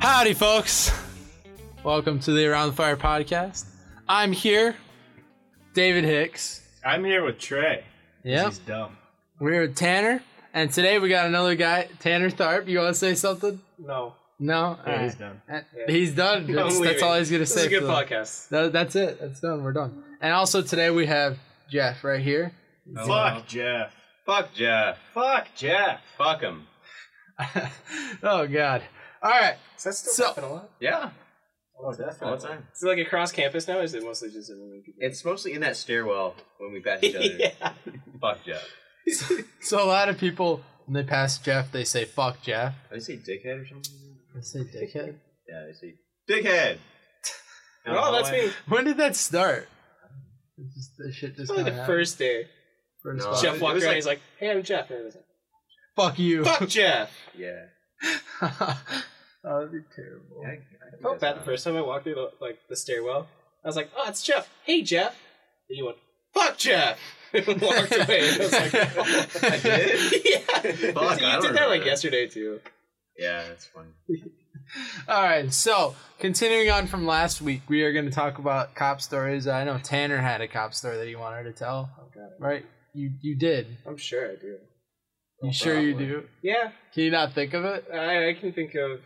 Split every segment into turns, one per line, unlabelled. Howdy, folks. Welcome to the Around the Fire podcast. I'm here, David Hicks.
I'm here with Trey.
Yep.
He's dumb.
We're here with Tanner. And today we got another guy, Tanner Tharp. You want to say something?
No.
No? All right.
He's dumb.
Uh, He's done. That's, that's
leaving.
all he's going to
This is
say.
a good
for the-
podcast.
That- that's it. That's done. We're done. And also today we have Jeff right here.
Fuck Jeff.
Fuck Jeff. Fuck Jeff. Fuck him.
oh, God. All right.
Is that still
So-
happen a lot?
Yeah.
Oh, definitely.
All the time.
Is it like across campus now? Or is it mostly just in the people?
It's mostly in that stairwell when we pass each other.
yeah.
Fuck Jeff.
So a lot of people, when they pass Jeff, they say, fuck Jeff.
Did they say dickhead or something?
I say dickhead.
Yeah, they say dickhead. Down
Oh,
the
that's
hallway.
me.
When did that start? It's just, that shit just
Probably
kinda
the
happened.
first day.
First
No.
spot.
Jeff
it
walked
was
around.
like-
he's like, "Hey, I'm Jeff." And I was like,
Fuck you.
"Fuck Jeff."
Yeah.
that would be terrible.
Yeah, I- I
I
think
felt
that's
bad the
fine.
first time I walked through the, like the stairwell. I was like, "Oh, it's Jeff. Hey, Jeff." And you went, "Fuck Jeff," and walked away. And I was like, oh.
I did?
"Yeah."
Fuck,
you
I don't
did that like
remember.
yesterday too.
Yeah, that's funny.
All right, so continuing on from last week, we are going to talk about cop stories. I know Tanner had a cop story that he wanted to tell,
Oh god,
right? You you did.
I'm sure I do.
You sure you
Probably.
do?
Yeah,
Can you not think of it?
I, I can think of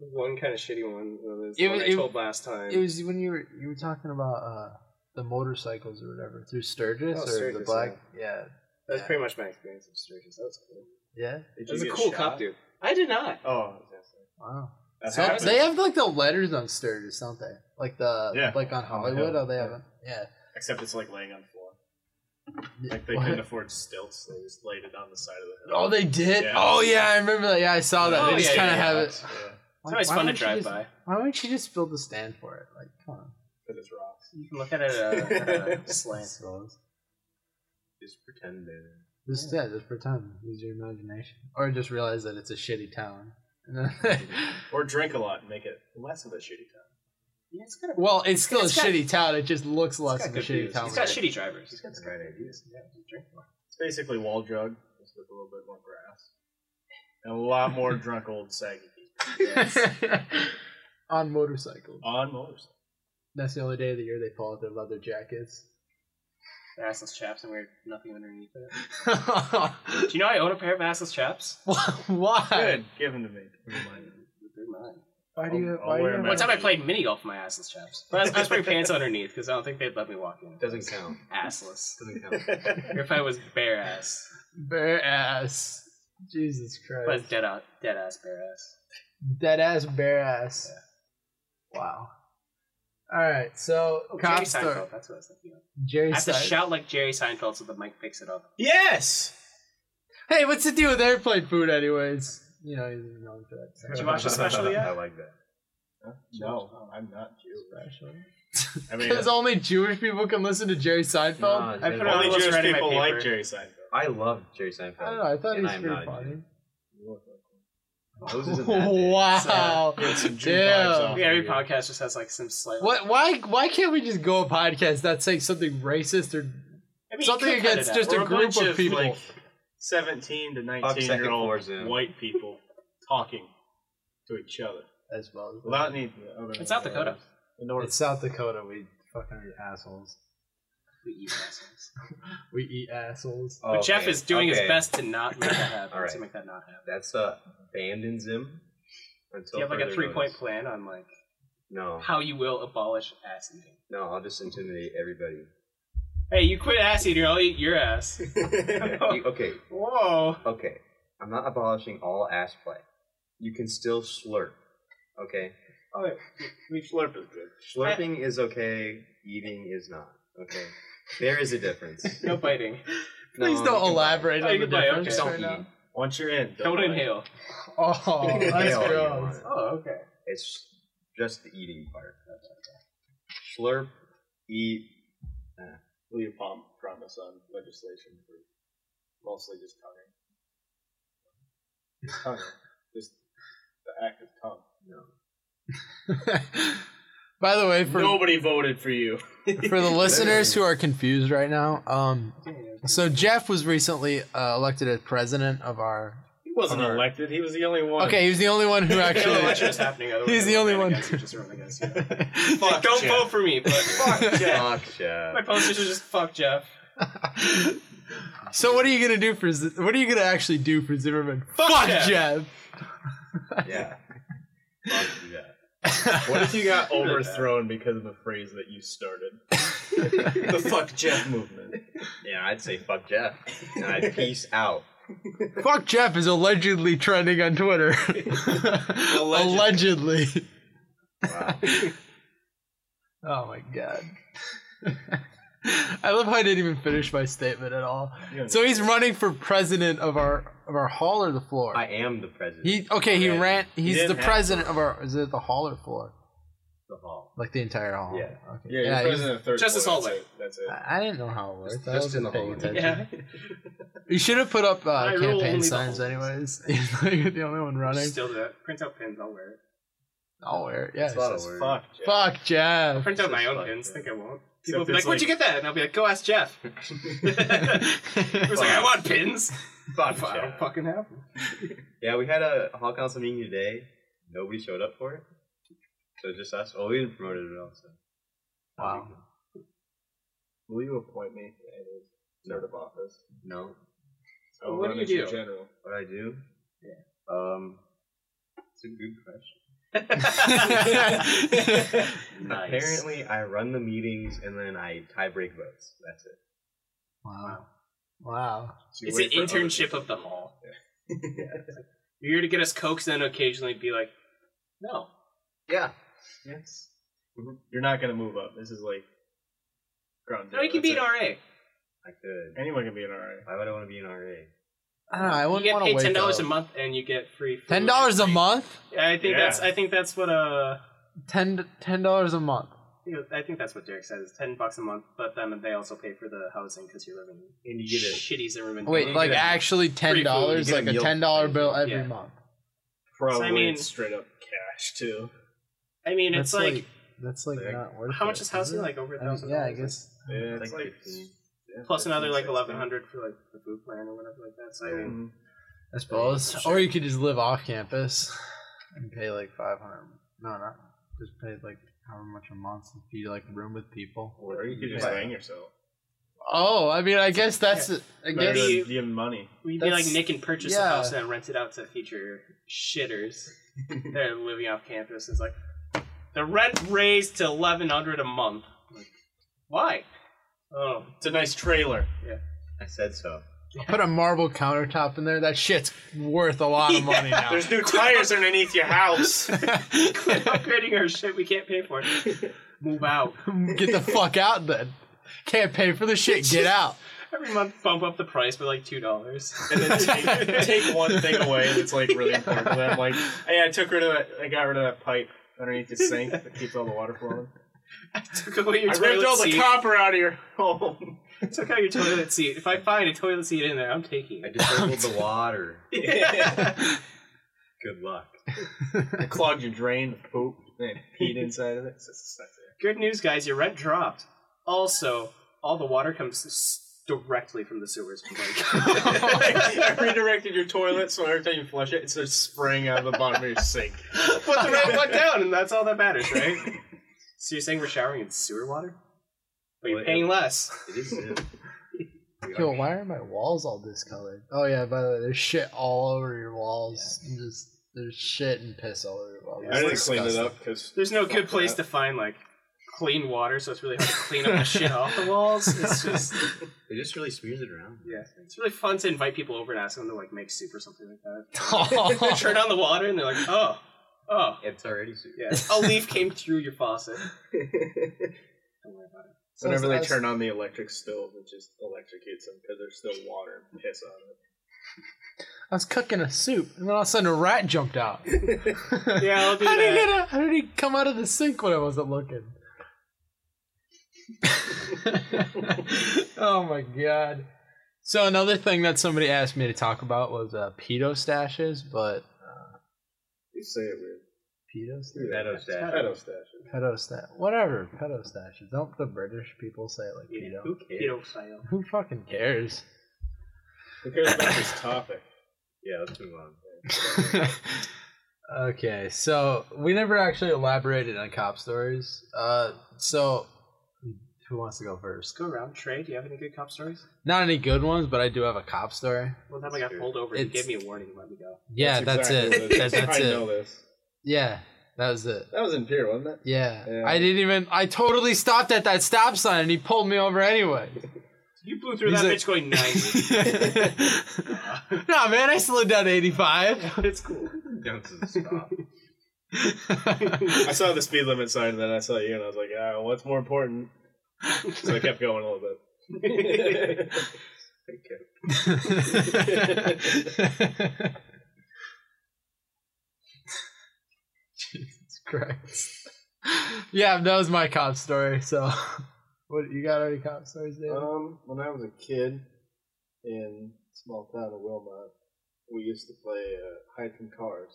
one kind of shitty one. That was
It
the one
was-
I
it-
told last time.
It was when you were you were talking about uh, the motorcycles or whatever through Sturgis
Oh,
or the
Sturgis,
black. Yeah,
That's
yeah.
pretty much my experience with Sturgis. That was cool.
yeah.
Did
That was a
get
cool
shot?
cop dude. I did not.
Oh,
Wow.
that
So
happened.
they have like the letters on Sturgis, don't they? Like the
Yeah.
like on
On the
Hollywood.
hill.
Oh, they
Yeah.
haven't. Yeah.
Except it's like laying on the floor. Like they
What?
couldn't afford stilts, so they just laid it on the side of the hill.
Oh, they did.
Yeah.
Oh yeah, I remember that. Yeah, I saw that.
Oh,
they just
yeah,
kind of
yeah,
have
yeah.
it.
Yeah,
It's always
Why
fun to
don't you
drive
just-
by.
Why don't you just build a stand for it? Like, come on.
put his rocks.
You can look at it uh, uh, slant.
Just pretend they're
Just yeah. just pretend. Use your imagination, or just realize that it's a shitty town. And then-
Or drink a lot and make it less of a shitty town.
Yeah, it's got, a,
well, it's still
It's
a
got-
shitty town. It just looks less
got
of a
good
shitty
views.
town.
it's got shitty drivers.
He's got some great ideas.
Yeah, just drink more.
It's basically wall drug, just with a little bit more grass. And a lot more drunk old saggy people
On motorcycles.
Oh.
on motorcycles.
That's the only day of the year they pull out their leather jackets.
They're assless chaps and wear nothing underneath it. Do you know I own a pair of assless chaps?
Why?
Good, give them to me. Never mind.
They're mine.
Why do
I'll-
you?
I'll
Why do
wear
you?
them
One
What's
out.
up?
time I played mini golf in my assless chaps, but I was, I was wearing pants underneath because I don't think they'd let me walk in.
doesn't count.
Assless.
Doesn't count.
Or if I was bare ass,
Bare ass. Jesus Christ.
but dead out, dead ass bare ass.
Dead ass, bare ass. Wow. All right, so
Oh, Jerry
cop story.
Seinfeld. That's what I was thinking. Of.
Jerry
I have to
Seinfeld.
shout like Jerry Seinfeld so the mic picks it up.
Yes!
hey, what's the deal with airplane food, anyways? You know, he's known for that.
Did you watch the special yet?
I like that.
Oh,
No, I'm not Jewish. I mean,
Because only Jewish people can listen to Jerry Seinfeld.
No,
I put it on
only
the list
Jewish
right in my
people like
paper.
Jerry Seinfeld.
I love Jerry Seinfeld.
I don't know. I thought he
And
was
I'm
pretty
not a
funny.
Jew. Moses isn't that big.
wow.
Yeah, some Jew vibes
Damn.
off.
Yeah, every
Yeah.
podcast just has like some slight.
What? Why? Why can't we just go a podcast that's saying something racist or
I mean, you
something
could cut
against
it out.
just
We're
a group
bunch
of, people?
Like, 17 to 19
second
year old
floors in.
white people talking to each other.
as well.
Without any other
It's South Dakota.
The North.
It's South Dakota. We fucking are assholes.
We eat assholes.
We eat assholes.
But
Oh,
Jeff
Okay,
is doing
okay.
his best to not make that happen.
All right.
To make that not happen.
That's uh, abandons him. Until
Do you have like a
further
three-point
notice.
plan on like
No,
how you will abolish ass eating?
no, I'll just intimidate everybody.
Hey, you quit ass eating, or I'll eat your ass.
Yeah, you- okay,
Whoa.
okay. I'm not abolishing all ass play. You can still slurp. Okay,
Oh,
We slurp is good.
slurping is okay. Eating is not. Okay, there is a difference.
no biting.
No,
Please
you
don't
can-
elaborate
Oh,
on
you
the
can buy- okay.
difference
Just don't
right now.
eat.
Once you're in,
Don't
like-
inhale.
Oh,
You can
that's
all you
gross.
want.
Oh, okay.
It's just the eating part. Slurp, eat.
Will you palm promise on legislation for mostly just tonguing? Just tonguing. just the act of tongue.
No.
By the way, for
Nobody voted for you.
for the listeners who are confused right now, um, so Jeff was recently uh, elected as president of our
wasn't hard.
elected. He was the only one.
Okay, he was the only one who
The only
actually.
election was happening. otherwise
He's
I
the only one.
would've ran against you, just run against you. Fuck, don't
Jeff.
vote for me, but fuck Jeff.
Fuck yeah.
My posters are just fuck Jeff.
so what are you gonna do for? Z- What are you gonna actually do for Zimmerman?
Fuck Jeff.
Jeff.
Yeah. Fuck yeah.
What if you got overthrown because of the phrase that you started?
The fuck Jeff.
Movement.
Yeah, I'd say fuck Jeff. And I'd peace out.
Fuck Jeff is allegedly trending on Twitter. allegedly.
Wow.
Oh my god. I love how I didn't even finish my statement at all. So he's running for president of our of our hall or the floor.
I am the president.
he okay. He
Already.
ran. He's
didn't
the
have
president of our. Is it the hall or floor?
The hall.
Like the entire hall.
Yeah.
Okay.
yeah,
Yeah,
you're president of third
Justice
floor,
Hallway.
That's it. That's it.
I I didn't know how it worked.
Just-
I
just
wasn't
in the
paying
hallway.
attention.
Yeah.
You should have put up uh,
I rule only
campaign
the
signs,
halls.
anyways. You're the only one running.
Still do that. Print out pins. I'll wear it.
I'll wear it. Yeah.
That's a lot
it's
of
just-
words.
Fuck. Jeff.
Fuck Jeff.
Print out my
Just
own
fuck
pins.
Jeff.
Think I won't. People will
Except
be like,
it's
"Where'd you get that?" And I'll be like, "Go ask Jeff." it was like, "I want pins."
Fuck
If I don't
Jeff.
fucking have them.
Yeah, we had a hall council meeting today. Nobody showed up for it. So it's just us. Well, we didn't promote it at all. So.
Wow.
Will you appoint me as third of office?
No.
I'll
What do
run
you
as your
do?
General.
What I do? Yeah. Um, it's a good question.
Nice.
Apparently, I run the meetings and then I tie break votes. That's it.
Wow. Wow.
So you
It's an
wait for other
internship
people.
of them all. You're here to get us cokes, and then occasionally be like, "No."
Yeah.
Yes. Mm-hmm. You're not gonna move up. This is like ground.
No, you can
zero.
be an
That's
RA.
I could.
it. Anyone can be an RA.
Why would I want to be an RA?
I don't know. I
You
wouldn't
get
want to
paid
wait.
ten dollars a
though.
month, and you get free. Food
Ten dollars a
Free-
month.
Yeah, I think
Yeah.
that's. I think that's what. Uh,
Ten ten dollars a month.
I think that's what Derek says. It's ten bucks a month, but then they also pay for the housing because you're living in
And you get a
shitty Zimmerman.
Wait,
building.
like
get a-
actually ten dollars,
you get a
like a
meal.
ten dollar bill every
Yeah.
month.
Probably
I mean-
straight up cash too.
I mean, it's
That's
like,
that's like
Like,
not worth.
how much
it,
is housing?
it?
Like over a
I mean,
thousand.
yeah, I
dollars, right?
guess.
Yeah,
It's
it's
like
like
15.
yeah,
Plus
15,
another like
16.
eleven hundred for like the food plan or whatever like that. So I mean,
Mhm.
I suppose. Or you could just live off campus and pay like five hundred. No, not just pay like however much a month if you like room with people.
Or you could just
Yeah.
hang yourself.
Oh, I mean, I guess that's. I
Better
guess
Maybe-
than giving money.
we'd be like
That's-
Nick and purchase a
yeah.
house and then rent it out to future shitters. They're living off campus. It's like the rent raised to eleven hundred a month. Like, why? Oh,
It's a nice trailer.
I said so.
put a marble countertop in there. That shit's worth a lot of money now.
There's new tires underneath your house.
quit upgrading our shit. We can't pay for it. Move out.
Get the fuck out then. Can't pay for the shit. Get out.
Every month, bump up the price by like two dollars.
and then take, take one thing away that's like really important to them. Like, hey, Oh, I took rid of that. I got rid of that pipe underneath the sink that keeps all the water flowing.
I took away your
I ripped
toilet
all the
seat.
copper out of your home.
I took out your toilet seat. If I find a toilet seat in there, I'm taking
I
it.
disabled the water.
Yeah.
Good luck.
I clogged your drain with poop and peed inside of it. It's just- that's it.
Good news, guys. Your rent dropped. Also, all the water comes s- directly from the sewers. From
I
Blake.
redirected your toilet, so every time you flush it, it starts spraying out of the bottom of your sink.
Put the red one down, and that's all that matters, right? so you're saying we're showering in sewer water? But you're
Well,
paying
it-
less.
It is. it. We
Yo,
are-
why are my walls all discolored? Oh yeah, by the way, there's shit all over your walls. You Just there's shit and piss all over your walls.
I didn't
It's
clean it
disgusting.
up because
There's no good
Fuck
place
that.
to find like clean water, so it's really hard to clean up the shit off the walls. It's just
It just really smears it around.
yeah, it's really fun to invite people over and ask them to like make soup or something like that. They
Oh,
turn on the water and they're like, oh, oh,
It's already smeared.
yeah, a leaf came through your faucet. Don't worry about it.
whenever they
that's-
turn on the electric stove, it just electrocutes them because there's still water and piss on it.
I was cooking a soup, and then all of a sudden a rat jumped out.
Yeah, I'll do
How did he
that.
get out? How did he come out of the sink when I wasn't looking? oh my god! So another thing that somebody asked me to talk about was uh, pedo stashes, but
You say it weird.
pedo stashes.
Pedo stash.
Pedo stash.
pedo stash, whatever, pedo stashes. Don't the British people say it like
Yeah,
pedo?
um, who cares? Pedophile.
Who fucking cares?
Who cares about this topic?
Yeah, let's move on.
okay, so we never actually elaborated on cop stories. Uh, so who wants to go first?
Go around, Trey. Do you have any good cop stories?
Not any good ones, but I do have a cop story.
One time I got
Sure.
pulled over. and He
It's-
gave me a warning. and Let me go.
Yeah, that's,
exactly
it.
what
That-
is.
that's
I
it.
know this.
Yeah, that was it.
That was in Pier, wasn't it?
Yeah.
Yeah.
I didn't even. I totally stopped at that stop sign, and he pulled me over anyway.
You blew through
He's
that
like-
bitch going ninety.
nah, man, I slowed down to eighty-five.
it's cool.
Don't stop.
I saw the speed limit sign, and then I saw you, and I was like, ah, what's more important? So I kept going a little bit.
Jesus Christ. Yeah, that was my cop story. So, what you got any cop stories, David?
um, when I was a kid in small town of Wilmot, we used to play uh, hide from cars,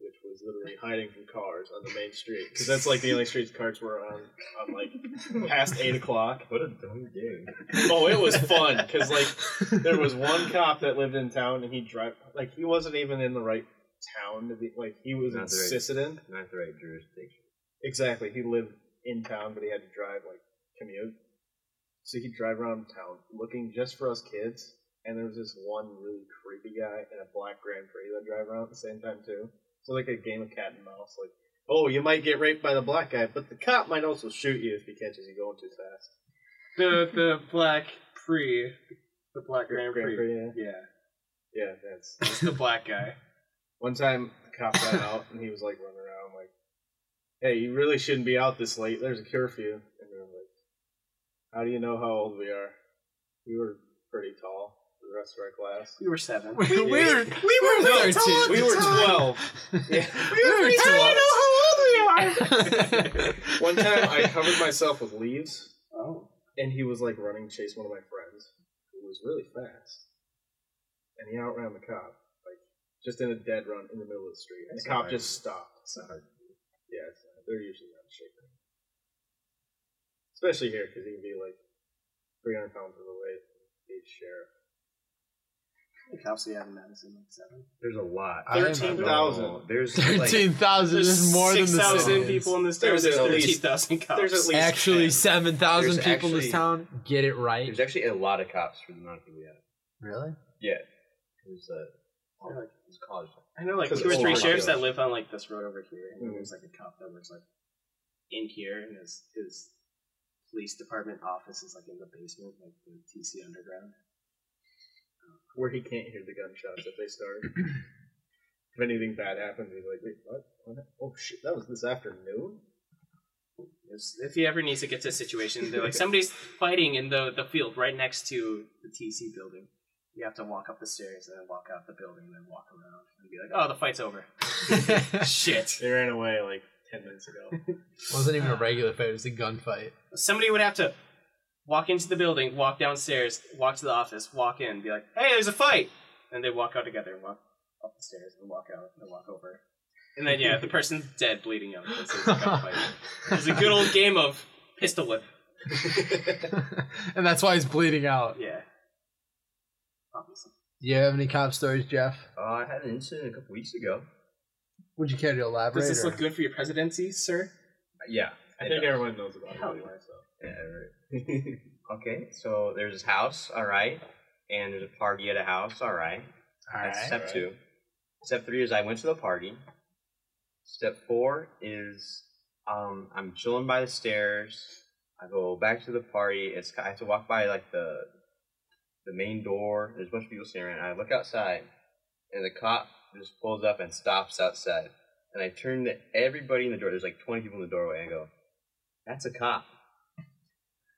which was literally hiding from cars on the main street because that's like the only streets cars were on on like past eight o'clock.
What a dumb game.
Oh, it was fun because like there was one cop that lived in town and he drive like he wasn't even in the right town to be like he was in
Not the right-
Sisseton.
Not the right jurisdiction.
Exactly. He lived in town but he had to drive like commute. So he'd drive around town looking just for us kids. And there was this one really creepy guy and a black Grand Prix that drive around at the same time too. So like a game of cat and mouse, like, oh, you might get raped by the black guy, but the cop might also shoot you if he catches you going too fast.
The the black pre, the black Grand Prix.
yeah.
Yeah,
Yeah, that's
it's the black guy.
One time, the cop got out and he was like running around like, "Hey, you really shouldn't be out this late. There's a curfew." And we were like, "How do you know how old we are? We were pretty tall. for The rest of our class.
We were seven.
we, we were we were
No,
there too.
We were twelve. Yeah.
We were twelve.
how
One time, I covered myself with leaves,
Oh,
and he was like running to chase one of my friends, who was really fast, and he outran the cop, like just in a dead run in the middle of the street. And the
That's
cop
fine.
just stopped.
It's not hard.
Yeah, it's not. They're usually not shaking. Especially here, because he can be like 300 pounds overweight, each sheriff.
the cops we have in Madison like seven.
There's a lot.
I am not
13,000.
No, There's like,
Thirteen thousand is more than the
six thousand
citizens.
people in this town.
There's
There's
at least-
thirteen thousand cops.
There's at least
Actually,
10.
seven thousand
There's
people in this
actually-
town. Get it right.
there's actually a lot of cops for the amount of people we have.
Really?
Yeah. There's a
Yeah.
there's a college.
I know like
Because
two or
it's
three
all
sheriffs
population.
that live on like this road over here, and then
Mhm.
there's like a cop that works like in here, and his his police department office is like in the basement, like the TC underground.
where he can't hear the gunshots if they start. if anything bad happens, he's like, wait, what? what? Oh shit, that was this afternoon?
It's- If he ever needs to get to a situation, they're like somebody's fighting in the the field right next to the TC building. You have to walk up the stairs and then walk out the building and then walk around and be like, "Oh, the fight's over." Shit.
They ran away like 10 minutes ago.
Wasn't even a regular fight. It was a gunfight.
Somebody would have to walk into the building, walk downstairs, walk to the office, walk in, be like, "Hey, there's a fight," and they walk out together, walk up the stairs, and walk out, and walk over, and then yeah, the person's dead, bleeding out. It's a gunfight. It's a good old game of pistol whip.
and that's why he's bleeding out.
Yeah, obviously.
Do you have any cop stories, Jeff?
Uh, I had an incident a couple weeks ago. Uh,
Would you care to elaborate?
Does this
or-
look good for your presidency, sir?
Yeah.
I think everyone knows about it.
Hell
anyway,
yeah.
so.
Yeah, right. okay, so there's this house, all right, and there's a party at a house, all right. That's
Alright.
step
Alright.
two. Step three is I went to the party. Step four is um, I'm chilling by the stairs. I go back to the party. It's I have to walk by like the the main door. There's a bunch of people standing around. I look outside, and the cop just pulls up and stops outside. And I turn to everybody in the door. There's like 20 people in the doorway. And I go, "That's a cop."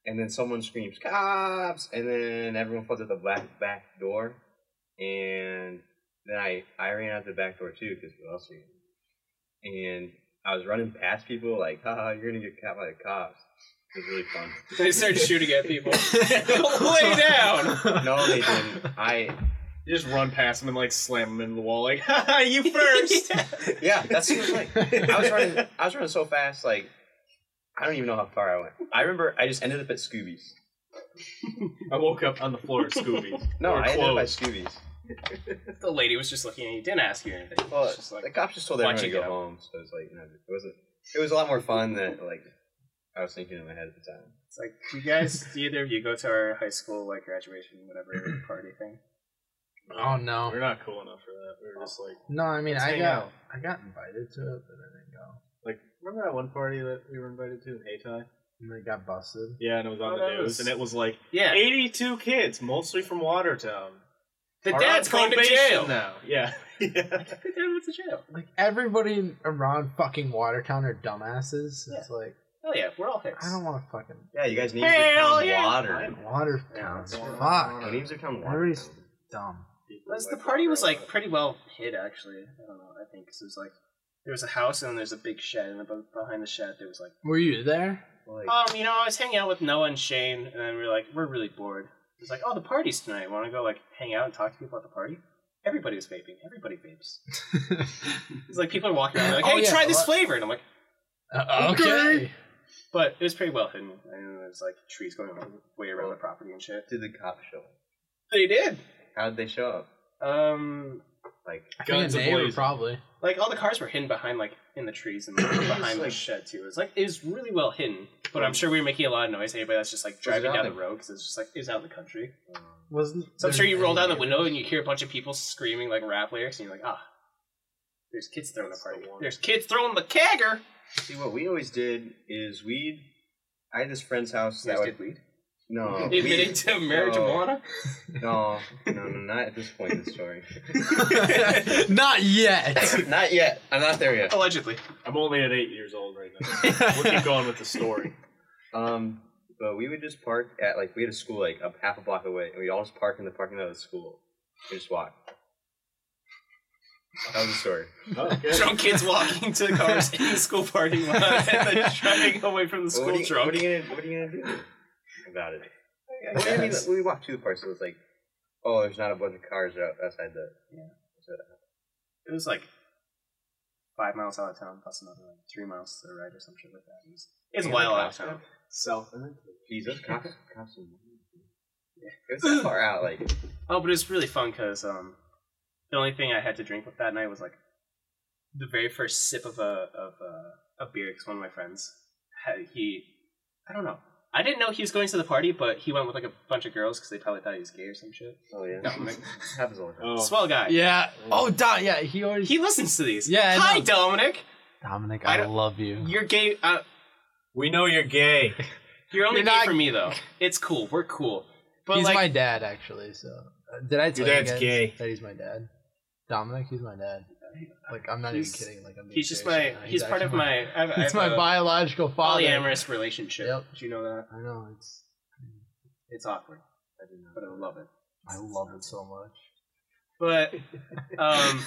And then someone screams, "Cops!" And then everyone floods out the back back door. And then I, I ran out the back door too because what else are you? gonna do? And I was running past people like, haha, you're gonna get caught by the cops. It was really fun.
They start shooting at people. Lay down.
No, they didn't. I
You just run past him and like slam him into the wall, like, haha, you first!
yeah, that's what it was like. I was running, I was running so fast, like I don't even know how far I went. I remember I just ended up at Scooby's.
I woke up on the floor at Scooby's.
No,
Or
I ended up at
clothes.
Scooby's.
The lady was just looking at you, didn't ask you anything. She's
Well,
just like,
the cops just told everyone
watch
to
it
go
go.
home, so it's like you know, it wasn't. It was a lot more fun than like I was thinking in my head at the time.
it's like, you guys, do either of you go to our high school like graduation, whatever party thing?
Oh no.
We're not cool enough for that. We were just like,
No, I mean
Let's
I
hang
got
out.
I got invited to it, but I didn't go.
like remember that one party that we were invited to in Hayti?
And they got busted.
Yeah, and it was on
Oh,
the
that
news,
was-
and it was like
Yeah,
82 kids, mostly from Watertown.
the
are
dad's
on
going to
probation
jail.
now. Yeah, yeah.
The dad went to jail.
Like everybody in- around fucking Watertown are dumbasses. It's like
Hell yeah, we're all hicks.
I don't want to fucking
Yeah, you guys need
Hell
to become
yeah.
water.
Watertown.
Yeah,
Fuck.
You need to become water.
Everybody's dumb.
Plus, the party was like pretty well hid, actually. I don't know. I think 'cause it was like there was a house and then there's a big shed, and above, behind the shed there was like,
Were you there?
Like,
um, you know, I was hanging out with Noah and Shane, and then we were like, we're really bored. It's like, oh, the party's tonight. Want to go like hang out and talk to people at the party? Everybody was vaping. Everybody vapes. It's like people are walking around they're like,
Oh,
hey,
yeah,
try
a
this
lot-
flavor, and I'm like,
Uh,
Okay. but it was pretty well hidden, and there's like trees going all the way around the property and shit.
did the cops show up?
They did.
How did they show up?
Um,
Like,
I think
Guns
a neighbor,
ablazing.
probably.
Like all the cars were hidden behind like in the trees and like, behind the
like-
shed too. It was like it was really well hidden, but I'm sure we were making a lot of noise. Anybody that's just like driving
out
down the
in-
road because it's just like it was out in the country.
um,
Wasn't
So I'm
there
sure you roll down the
any-
window and you hear a bunch of people screaming like rap lyrics, and you're like, ah, there's kids throwing a
That's the
party.
one.
There's kids throwing the kegger.
see, what we always did is we'd. I had this friend's house
You
that
guys
would
did weed?
no
They
we-
admitted to marijuana.
no no no not at this point in the story
Not yet.
not yet I'm not there yet
Allegedly,
I'm only at eight years old right now. we'll keep going with the story.
Um, but we would just park at like we had a school like up half a block away, and we'd all just park in the parking lot of the school. We just walk. That was the story.
Okay.
drunk kids walking to cars in the school parking lot and then driving away from the
Well,
school
what, are you,
drunk.
what are you gonna What are you gonna do about it?
I
Well, I mean,
guess.
we walked to the park, so it's like, oh, there's not a bunch of cars out outside the.
Yeah.
So,
it was like five miles out of town plus another like three miles to the right or some shit like that. It was, it was a
Yeah,
while
like
out of
Costco.
town.
So,
Jesus, cops, cops. and- It was that far out, like
Oh, but it was really fun because um, the only thing I had to drink with that night was like the very first sip of a of a, a beer because one of my friends had he I don't know. I didn't know he was going to the party, but he went with like a bunch of girls because they probably thought he was gay or some shit.
oh yeah,
No, like-
happens all the time.
oh,
Swell guy.
yeah. Oh, Dom. Yeah, he always.
He listens to these.
Yeah, I
Hi,
know.
Dominic.
Dominic,
I
I,
don't-
love you.
You're gay. Uh,
we know you're gay.
you're only
You're
gay
not-
for me though. It's cool. We're cool. But
he's
like,
my dad, actually. So uh, did I tell you
dad's
guys
gay.
that he's my dad? Dominic, he's my dad. Like I'm not
He's-
even kidding. Like I'm. being
He's just my.
serious right now.
He's part of
actually
my. I have, I
He's
have
my
a
biological father.
polyamorous relationship.
Yep.
Did you know that?
I know it's.
It's awkward, but I love it.
I love it so much.
But um,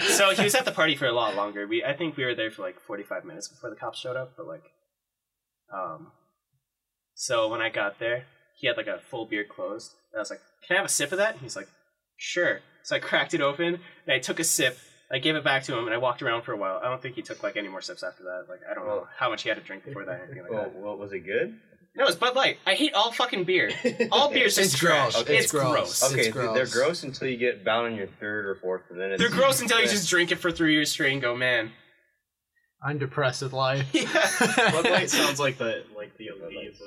so he was at the party for a lot longer. We I think we were there for like forty five minutes before the cops showed up. But like, um, so when I got there, he had like a full beer closed. And I was like, "Can I have a sip of that?" And he's like, "Sure." So I cracked it open and I took a sip. I gave it back to him and I walked around for a while. I don't think he took like any more sips after that. Like I don't know how much he had to drink before that. or anything like that.
Oh, well, was it good?
No, it's Bud Light. I hate all fucking beer. All beer's just
It's
trash.
gross.
Okay.
It's,
It's
gross.
gross.
Okay,
It's
th- they're
gross.
gross until you get bound on your third or fourth, and then it's
They're gross until you
Yeah.
just drink it for three years straight and go, man.
I'm depressed with life.
Bud Light sounds like the like the elite of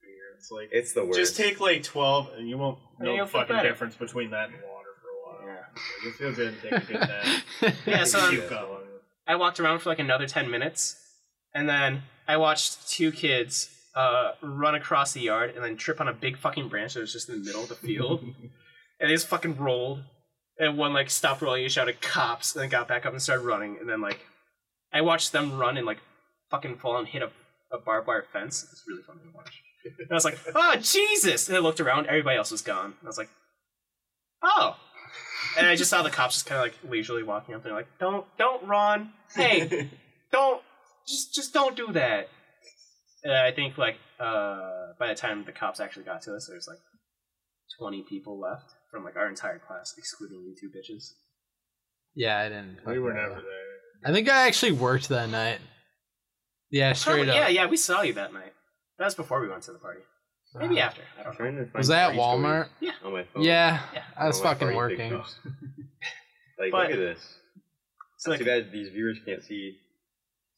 beer. It's like
It's the worst.
just take like twelve, and you won't
And
know
you'll
the
feel
fucking
better.
difference between that and water for a while.
Yeah.
You feel good and take a good nap.
Yeah, so
You
I'm-
got one.
I walked around for like another 10 minutes, and then I watched two kids uh, run across the yard and then trip on a big fucking branch that was just in the middle of the field. and they just fucking rolled. And one like stopped rolling and shouted cops, and then got back up and started running. And then like I watched them run and like fucking fall and hit a, a barbed wire fence. It was really fun to watch. And I was like, oh Jesus! And I looked around, everybody else was gone. And I was like, oh. And I just saw the cops just kind of like leisurely walking up. They're like, don't, don't run. Hey, don't, just, just don't do that. And I think like uh, by the time the cops actually got to us, there's like 20 people left from like our entire class, excluding you two bitches.
Yeah, I didn't.
We were
fucking-
never there.
I think I actually worked that night. Yeah, straight
Probably-
up.
yeah, yeah, we saw you that night. That was before we went to the party. Maybe
Uh-huh.
after. I don't know.
Trying to find
Was that
party
Walmart?
stories On my phone.
Yeah,
Yeah.
I was
On my
fucking
party
working.
pictures. like,
But-
look at this.
It's
Too
like,
bad these viewers can't see.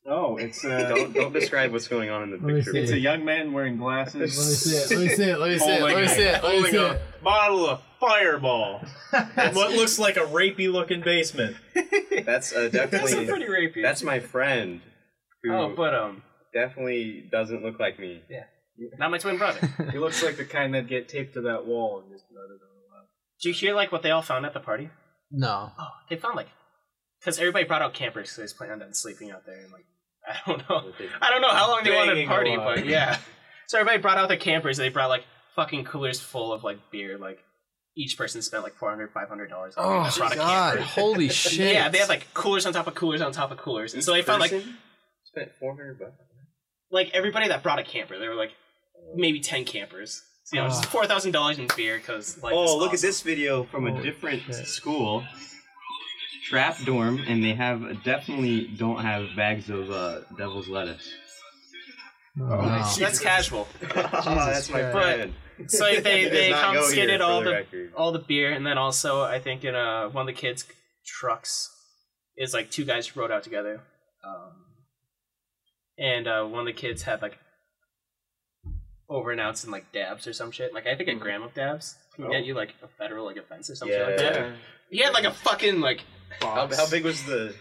Oh, it's uh,
Don't, don't describe what's going on in the
Let me
picture.
it's a
see.
young man wearing
Let me
glasses.
see it. Let me see it. Let me see it. Let me see it. Let me
holding
see it.
a bottle of Fireball in
That's,
what looks like a rapey-looking basement.
that's uh,
that's a
definitely
pretty rapey.
that's my friend who
oh, but um,
definitely doesn't look like me.
not my twin brother.
he looks like the kind that get taped to that wall and just nut it on
Did you hear like what they all found at the party?
No.
Oh, they found like, because everybody brought out campers because they was planning on sleeping out there and like, I don't know. I don't know how long they wanted to
Banging
party,
a lot.
but yeah. So everybody brought out their campers. They brought like fucking coolers full of like beer. Like each person spent like 400 $500 on
Oh
brought a
God!
camper.
Holy shit!
Yeah, they had like coolers on top of coolers on top of coolers, and so they found like
spent four hundred bucks.
like everybody that brought a camper. There were like maybe ten campers. So, you know,
Ah.
just four thousand dollars in beer because like.
Oh, look at this video from a
Holy
different
shit.
school. Trap dorm, and they have uh, definitely don't have bags of uh, devil's lettuce.
Oh,
That's casual.
Ah, that's my
Christ.
friend.
So they
It does
they
not go here,
confiscated
for
all
the
the
record.
all the beer, and then also I think in uh, one of the kids' trucks is like two guys rode out together, um, and uh, one of the kids had like over and outs and like dabs or some shit. Like I think a gram of dabs can
Hmm. Oh.
get you like a federal like offense or something like that.
Yeah.
He had like a fucking like
How,
box.
how big was the?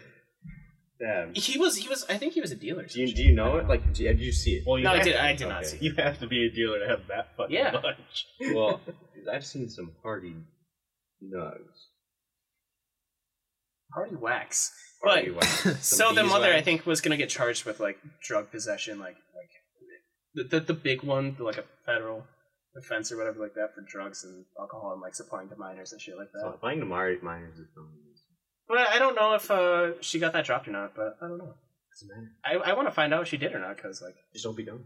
Damn.
he was he was I think he was a dealer. or
Do
some
you,
shit.
do you know it? Like, do you, did you see it?
Well, you
No, I
have-
did. I did not
Okay.
see.
You have to be a dealer to have that fucking
Yeah.
bunch.
Well, I've seen some hardy nugs.
Party wax.
Hardy
But-
wax, some
So the mother, I
beeswax.
think, was gonna get charged with like drug possession, like like the the, the big one, like a federal offense or whatever like that for drugs and alcohol and like supplying to minors and shit like that.
So, Find the Mar- miners is from.
But I don't know if uh, she got that dropped or not. But I don't know.
Doesn't matter.
I, I want to find out if she did or not because like
Just don't be dumb.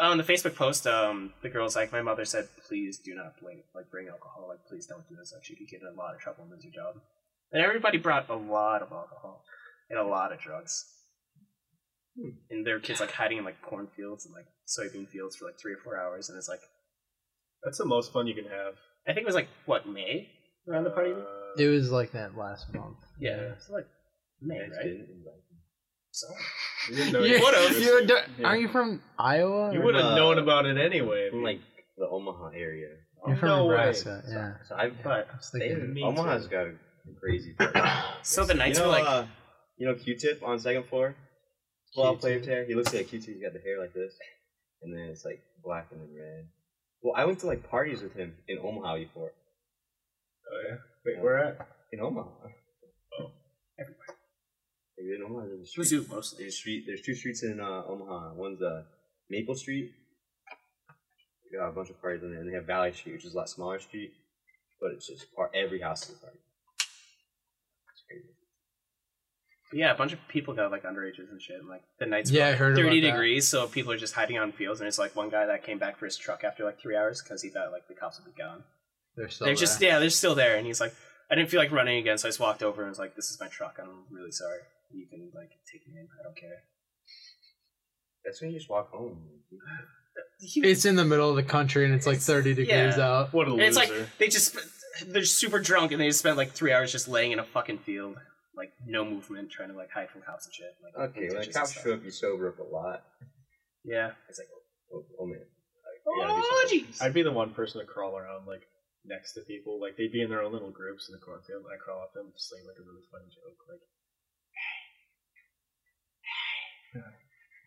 on Oh, the Facebook post, um, the girl's like, my mother said, please do not bring like bring alcohol, like please don't do this, like she could get in a lot of trouble and lose her job. And everybody brought a lot of alcohol and a lot of drugs.
Hmm.
And there were kids like hiding in like cornfields and like soybean fields for like three or four hours, and it's like
That's the most fun you can have.
I think it was like what May around the party.
Uh,
It was like that last month.
yeah, so like May, right? So
we didn't know
You're,
you-
you're,
this-
d-
yeah.
Aren't you from Iowa?
You
or-
would have
Uh,
known about it anyway.
From like the Omaha area.
You're from
No way.
Nebraska. Yeah.
So I
oh, but
I was
they,
thinking-
Me
Omaha's
too.
got a crazy. party.
so the nights
you know,
were like
uh, you know, Q-tip on second floor. Well,
Q-Tip.
played hair. He looks like Q-tip. He's got the hair like this, and then it's like black and then red. Well, I went to like parties with him in Omaha before.
Oh, yeah. Wait, where at?
In Omaha.
Oh.
everywhere. Maybe in Omaha. There's a street.
Mizzou mostly.
There's, street, there's two streets in uh, Omaha. One's uh, Maple Street. They got a bunch of parties in there, and they have Valley Street, which is a lot smaller street, but it's just par- every house is a party. It's crazy.
But yeah, a bunch of people got like underages and shit. And, like the nights
Yeah,
were
I heard about
thirty
that.
degrees, so people are just hiding on fields. And it's like one guy that came back for his truck after like three hours because he thought like the cops would be gone.
They're still
they're just yeah, they're still there. And he's like, I didn't feel like running again, so I just walked over and was like, "This is my truck. I'm really sorry. You can like take me in. I don't care."
That's when you just walk home.
He-
It's in the middle of the country and it's like
It's-
30 degrees
yeah.
out.
What a
and
loser.
it's like they just sp- they're super drunk and they just spent like three hours just laying in a fucking field, like no movement, trying to like hide from cops and shit. Like,
Okay, when the
ditches and
cops
stuff.
show up, you sober up a lot.
Yeah.
It's like, oh, oh man. I gotta do
Oh
something.
jeez.
I'd be the one person to crawl around like next to people. Like they'd be in their own little groups in the cornfield, and I crawl up to them, just saying like a really funny joke. Like,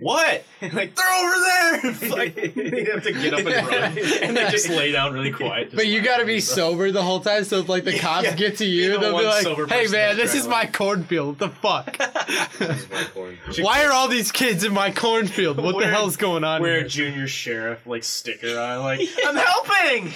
what? like they're over there.
like they'd have to get up and run, and they just lay down really quiet. just
But you
like-
gotta be sober the whole time, so if like the cops
Yeah.
get to you,
You're the
they'll be
one
like,
sober
"Hey
person
man,
that's
this is my
traveling."
cornfield. What the
Oh,
fuck?
This is my corn.
Why are all these kids in my cornfield? What the
We're-
hell's going on
Wear
here?
a junior sheriff like sticker on, like
I'm helping.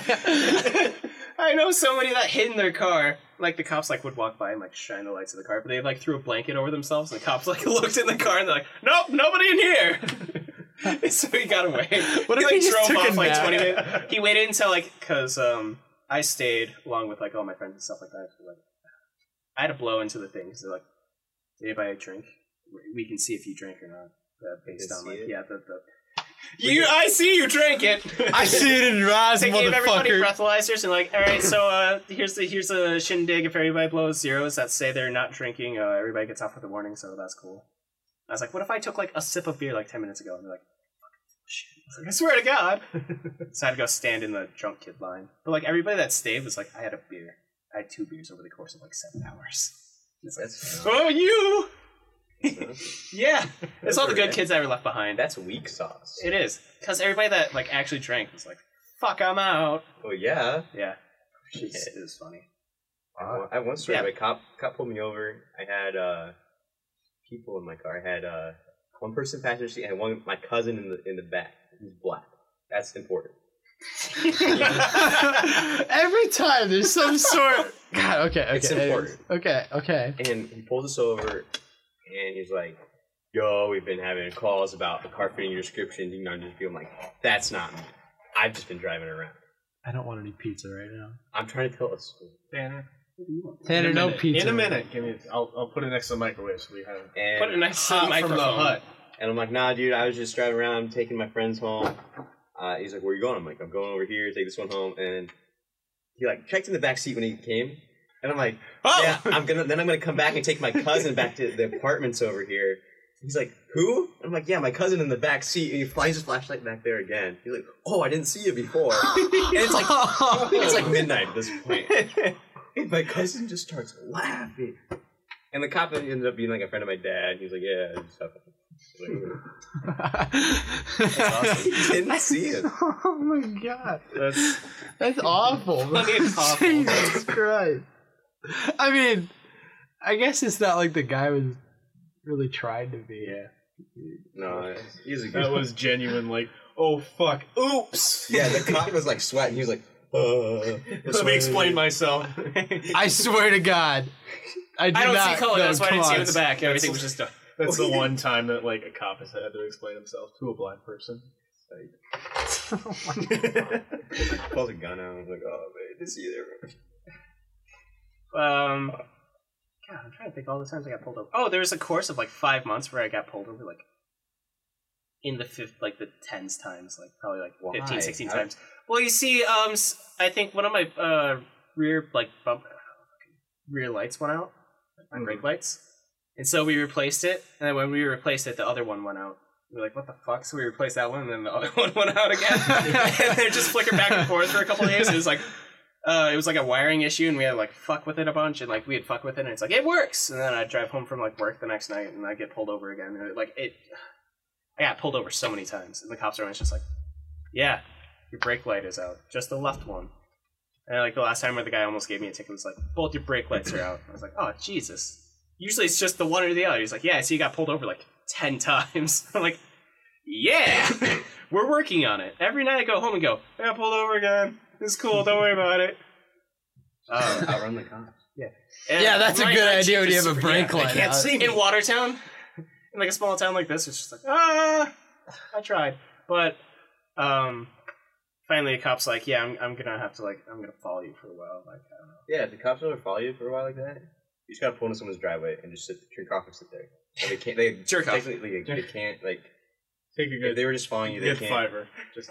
I know somebody that hid in their car. Like the cops like would walk by and like shine the lights in the car, but they like threw a blanket over themselves, and the cops like looked in the car and they're like, "Nope, nobody in here." And so he got away.
What if
like,
he just
drove
took a
off like
nap?
twenty minutes? He waited until like because um I stayed along with like all my friends and stuff like that. so, like, I had to blow into the thing. So like, did anybody drink? We- We can see if you drank or not uh, based
can
on
see
like
it?
yeah the, the You, I see you drank it.
I see it in your eyes,
They gave everybody
motherfucker.
breathalyzers and like, all right, so uh, here's the here's a shindig. If everybody blows zeros, that say they're not drinking. Uh, everybody gets off with a warning, so that's cool. I was like, what if I took like a sip of beer like ten minutes ago? And they're like, shit. I, was like, I swear to God. so I had to go stand in the drunk kid line. But like everybody that stayed was like, I had a beer. I had two beers over the course of like seven hours. It's like,
That's
oh, you.
that's
Yeah, it's all the good
okay.
kids I ever left behind. That's
weak sauce.
it is because everybody that like actually drank was like, "Fuck, I'm out."
Well, yeah.
Yeah,
Shit.
it's, it was funny.
I had one story.
Yeah.
My cop cop pulled me over. I had uh, people in my car. I had uh, one person passenger seat and one my cousin in the in the back. He's black. That's important.
Every time there's some sort. God, okay, okay.
It's important.
Okay, okay.
And he pulls us over, and he's like, "Yo, we've been having calls about the car fitting your description." You know, and just be I'm like, "That's not me. I've just been driving around.
I don't want any pizza right now.
I'm trying to tell a story."
Tanner.
Tanner, no
minute.
pizza.
In a minute, give me. I'll, I'll put it next to the microwave so we have it.
And
Put a nice
Hot from the
microphone.
hut.
And I'm like, nah, dude, I was just driving around, taking my friends home. Uh, he's like, where you going? I'm like, I'm going over here, take this one home. And he like checked in the back seat when he came. And I'm like,
Oh,
yeah, I'm gonna then I'm gonna come back and take my cousin back to the apartments over here. He's like, who? I'm like, yeah, my cousin in the back seat. And he flies his flashlight back there again. He's like, oh, I didn't see you before. and it's like it's like midnight at this point. And my cousin just starts laughing. And the cop ended up being like a friend of my dad. He's like, yeah, it's tough. I was like, "Ooh." didn't see it.
oh my god,
That's
that's awful.
Plenty of awful.
Jesus Christ. I mean, I guess it's not like the guy was really trying to be.
No, he's a
that was genuine. Like, oh fuck, oops.
Yeah, the cop was like sweating. He was like, uh.
Let me explain myself.
I swear to God, I, did
I don't
not,
see color.
no,
that's why I
come
didn't see
on.
him in the back. Everything was just done.
That's the one time that like a cop has had to explain himself to a black person.
Pulls a gun out. I was like, oh, man, this either.
Um, God, I'm trying to think all the times I got pulled over. Oh, there was a course of like five months where I got pulled over like in the fifth, like the tens times, like probably like
Why?
15, 16
I-
times. Well, you see, um, s- I think one of my uh rear like bump rear lights went out, my brake lights, and so we replaced it. And then when we replaced it, the other one went out. We were like, what the fuck? So we replaced that one, and then the other one went out again. and they just flickered back and forth for a couple of days. It was like, uh, it was like a wiring issue, and we had to, like fuck with it a bunch, and like we had fuck with it, and it's like it works. And then I drive home from like work the next night, and I get pulled over again. And it, like it, I got pulled over so many times, and the cops are always just like, "Yeah, your brake light is out, just the left one." And like the last time where the guy almost gave me a ticket was like, "Both your brake lights are out." I was like, "Oh Jesus!" Usually it's just the one or the other. He's like, "Yeah, so you got pulled over like ten times." I'm like, "Yeah, we're working on it." Every night I go home and go, "I got pulled over again. It's cool. Don't worry about it." Um,
Uh, outrun the cop.
And
Yeah, that's a
my-
good
my
idea
Jeep
when you
is
have a
super-
brake
yeah,
light
They can't
out.
see me. in Watertown, in like a small town like this. It's just like ah, I tried, but um, finally a cop's like, yeah, I'm, I'm gonna have to like I'm gonna follow you for a while. Like uh, I don't know.
Yeah, if the cops ever follow you for a while like that, you just gotta pull into someone's driveway and just sit, jerk off and sit there. And they can't. They
Jerk off.
Technically, they, they can't. Like,
Take a
if
good,
they were just following you, they
good
can't.
fiver. Just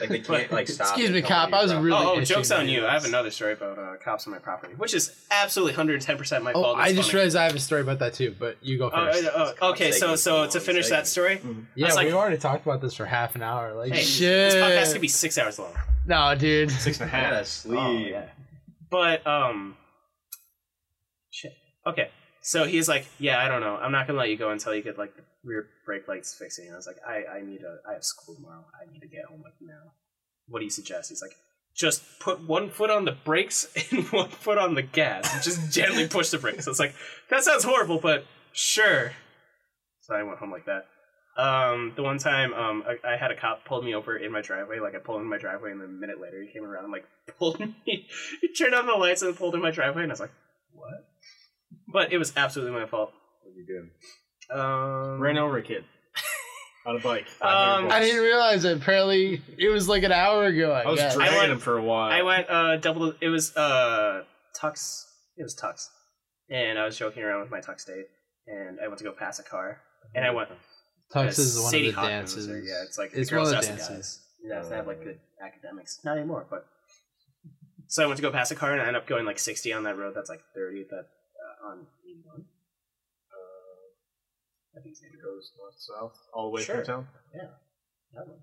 Like, they can't. Like, stop.
Excuse
and
me,
tell
cop,
you
I was
you're
really
wrong.
oh, oh
itching
jokes on you! I have
this.
another story about uh, cops on my property, which is absolutely 110 percent my
Oh,
fault. It's
I just
funny.
realized I have a story about that too, but you go
Uh,
first.
uh, uh, okay, so so to finish that story,
yeah,
was like-
we've already talked about this for half an hour. Like,
hey,
shit.
this podcast could be six hours long.
no, dude.
six and a half.
Yeah, sleep.
Oh, But um, shit. Okay, so he's like, yeah, I don't know. I'm not gonna let you go until you get like the rear brake lights fixing. And I was like, I I need a I have school tomorrow. I need to get home like now. What do you suggest? He's like, just put one foot on the brakes and one foot on the gas, and just gently push the brakes. I was like, that sounds horrible, but sure. So I went home like that. Um, the one time um, I, I had a cop pulled me over in my driveway. Like I pulled in my driveway, and then a minute later he came around, and, like pulled me. he turned on the lights and pulled in my driveway, and I was like, "What?" But it was absolutely my fault.
What are you doing?
Um,
Ran over a kid on a bike.
Um,
I didn't realize it. Apparently, it was like an hour ago. I,
I was
guess.
dragging
I went-
him for a while.
I went uh double. It was uh Tux. It was Tux, and I was joking around with my Tux date, and I went to go pass a car, and I went
Tux is one of
Sadie
the
Hawk moves
dances.
her, Yeah, it's like
It's
the girls
one of the
dress as
dances. Uh,
guys. You guys that have like good academics. Not anymore, but so I went to go past a car and I ended up going like 60 on that road. That's like 30. That uh, on 81. Uh, I think it's
It goes north south all the way
Sure.
through town.
that one.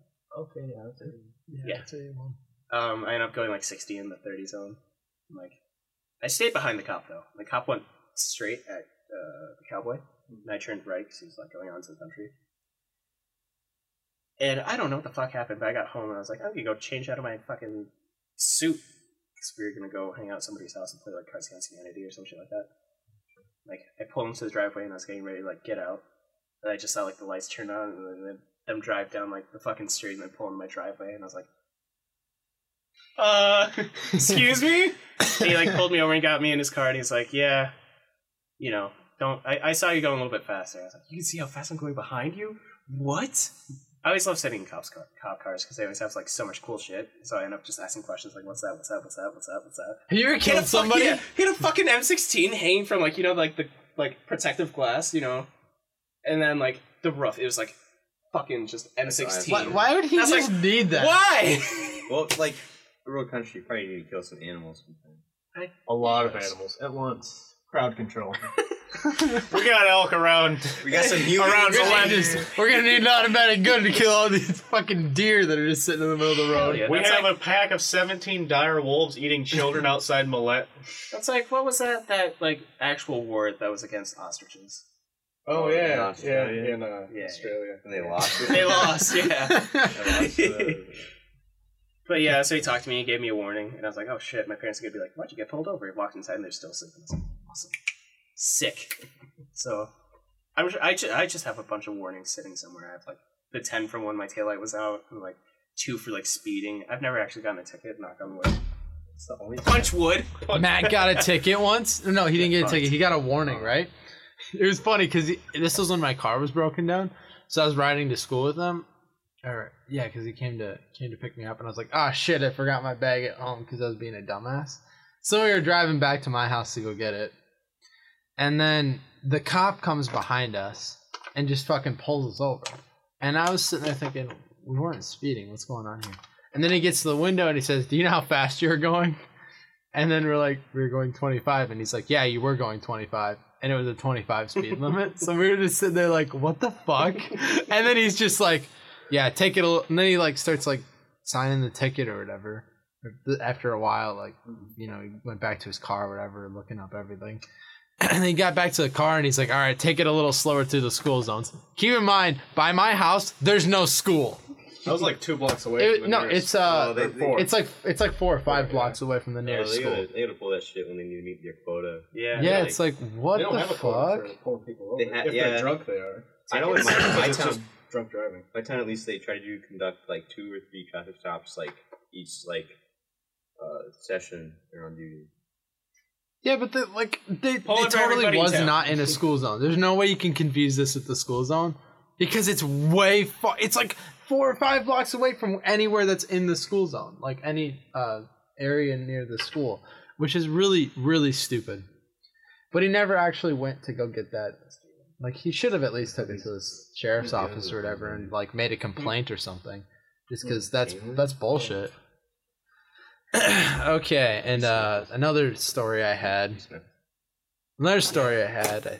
Okay, yeah, that's it.
Yeah.
I'd say one.
Um, I ended up going like 60 in the 30 zone. I'm like, I stayed behind the cop though. The cop went straight at uh, the cowboy, and I turned right because he was like going on to the country. And I don't know what the fuck happened, but I got home and I was like, I'm gonna go change out of my fucking suit because we were gonna go hang out at somebody's house and play like Cards Against Humanity or some shit like that. Like, I pulled into the driveway and I was getting ready to like get out, and I just saw like the lights turn on and then them drive down like the fucking street and then pull into my driveway and I was like. Uh, excuse me? and he like pulled me over and got me in his car and he's like, yeah, you know, don't, I, I saw you going a little bit faster. I was like, you can see how fast I'm going behind you? What? I always love sitting in cops car, cop cars because they always have like so much cool shit. So I end up just asking questions like, what's that? What's that? What's that? What's that? What's that?
You ever
He had
killed
a fuck-
somebody?
yeah, he had a fucking M16 hanging from like you know like the like protective glass, you know, and then like the roof. It was like fucking just M16.
Why, why would he
That's
just need that?
Why?
Well, like rural country, you probably need to kill some animals. sometime.
A lot
Yes.
of animals at once. Crowd control.
we got elk around.
We got some humans
Around
We're
the
gonna,
land.
land.
need just- we're gonna need an automatic gun to kill all these fucking deer that are just sitting in the middle of the road.
Yeah,
we
that's
have a pack of 17 dire wolves eating children outside Millette.
That's like what was that that like actual war that was against ostriches?
Oh,
Oh, in
yeah, yeah,
Australia.
in uh,
Yeah.
Australia.
And they lost it.
They lost, yeah.
They lost the-
But yeah, so he talked to me and gave me a warning, and I was like, "Oh shit!" My parents are gonna be like, "Why'd you get pulled over?" He walked inside, and they're still sleeping. I was like, awesome, sick. So I'm ju- I, ju- I just have a bunch of warnings sitting somewhere. I have like the ten for when my taillight was out, and like two for like speeding. I've never actually gotten a ticket. Knock on wood.
It's the only
Punch wood.
Matt got a ticket once. No, he didn't get a
Fucked.
ticket. He got a warning, right? It was funny because this was when my car was broken down. So I was riding to school with him. Or yeah, because he came to came to pick me up, and I was like, "Ah, shit! I forgot my bag at home because I was being a dumbass." So we were driving back to my house to go get it, and then the cop comes behind us and just fucking pulls us over. And I was sitting there thinking, "We weren't speeding. What's going on here?" And then he gets to the window and he says, "Do you know how fast you're going?" And then we're like, we were going 25, and he's like, yeah, you were going 25, and it was a 25 speed limit. So we were just sitting there like, what the fuck? And then he's just like, yeah, take it. A li-" and then he like starts like signing the ticket or whatever. After a while, like you know, he went back to his car or whatever, looking up everything. And he got back to the car and he's like, all right, take it a little slower through the school zones. Keep in mind, by my house, there's no school.
I was like two blocks away.
It-
from the
no,
nearest-
it's uh,
Oh, they-
or four.
it's like it's like four or five
Yeah.
blocks away from the
No,
nearest
Oh, they,
school.
gotta, they gotta pull that shit when they need to meet their quota.
Yeah.
Yeah,
like-
it's like what
they don't
the
have a quota
fuck?
for pulling people over.
They ha-
if
yeah.
they're drunk, they are.
I know in my,
Because
my
it's just
town,
drunk driving.
my town at least they try to do conduct like two or three traffic stops like each like uh, session they're on duty.
Yeah, but the, like they, it
Pull over
totally
everybody in
was
town.
not in a school zone. There's no way you can confuse this with the school zone because it's way far. It's like four or five blocks away from anywhere that's in the school zone, like any uh, area near the school, which is really really stupid. But he never actually went to go get that. Like he should have at least took it to the sheriff's office or whatever and like made a complaint or something, just because that's that's bullshit. okay, and uh, another story I had. Another story I had. I,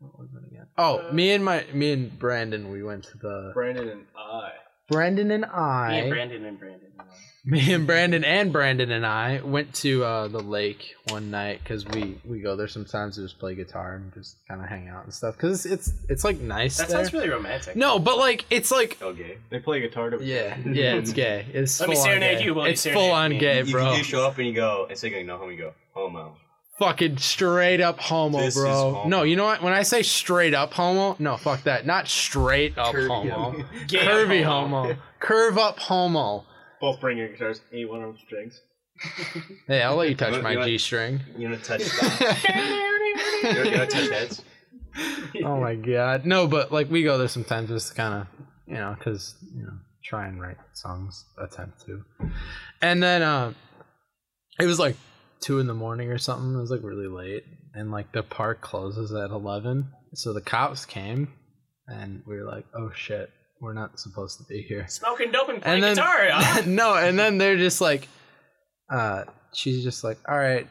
what was it again?
Uh,
Oh, me and my me and Brandon, we went to the
Brandon and I.
Brandon and
Me and
I,
Brandon and Brandon. uh,
me and Brandon and Brandon and I went to uh, the lake one night because we we go there sometimes to just play guitar and just kind of hang out and stuff because it's, it's it's like nice
That
there.
sounds really romantic.
no, but like it's like
Okay.
They play guitar to
yeah yeah it's gay. It's
Let me
full on
serenade
gay.
you while you
It's
serenade
full on
me.
gay,
you, you-
bro.
You, show up and you go instead of going no homo, you go homo.
fucking straight up homo,
This is
bro.
homo.
No, you know what? When I say straight up homo, no, fuck that. Not straight up homo.
Gay
Curvy
homo.
homo. Curve up homo.
Both bring your guitars. Any one of them strings.
Hey, I'll let you touch
You
my
want-
G string.
You don't touch that. you, don't, you don't touch heads.
oh my god. No, but like we go there sometimes just to kind of, you know, because you know, try and write songs, attempt to, and then um, it was like two in the morning or something. It was like really late, and like the park closes at eleven, so the cops came and we were like, "Oh shit, we're not supposed to be here."
Smoking dope and
And
playing
then
guitar. huh?
no, and then they're just like, uh, she's just like, "All right,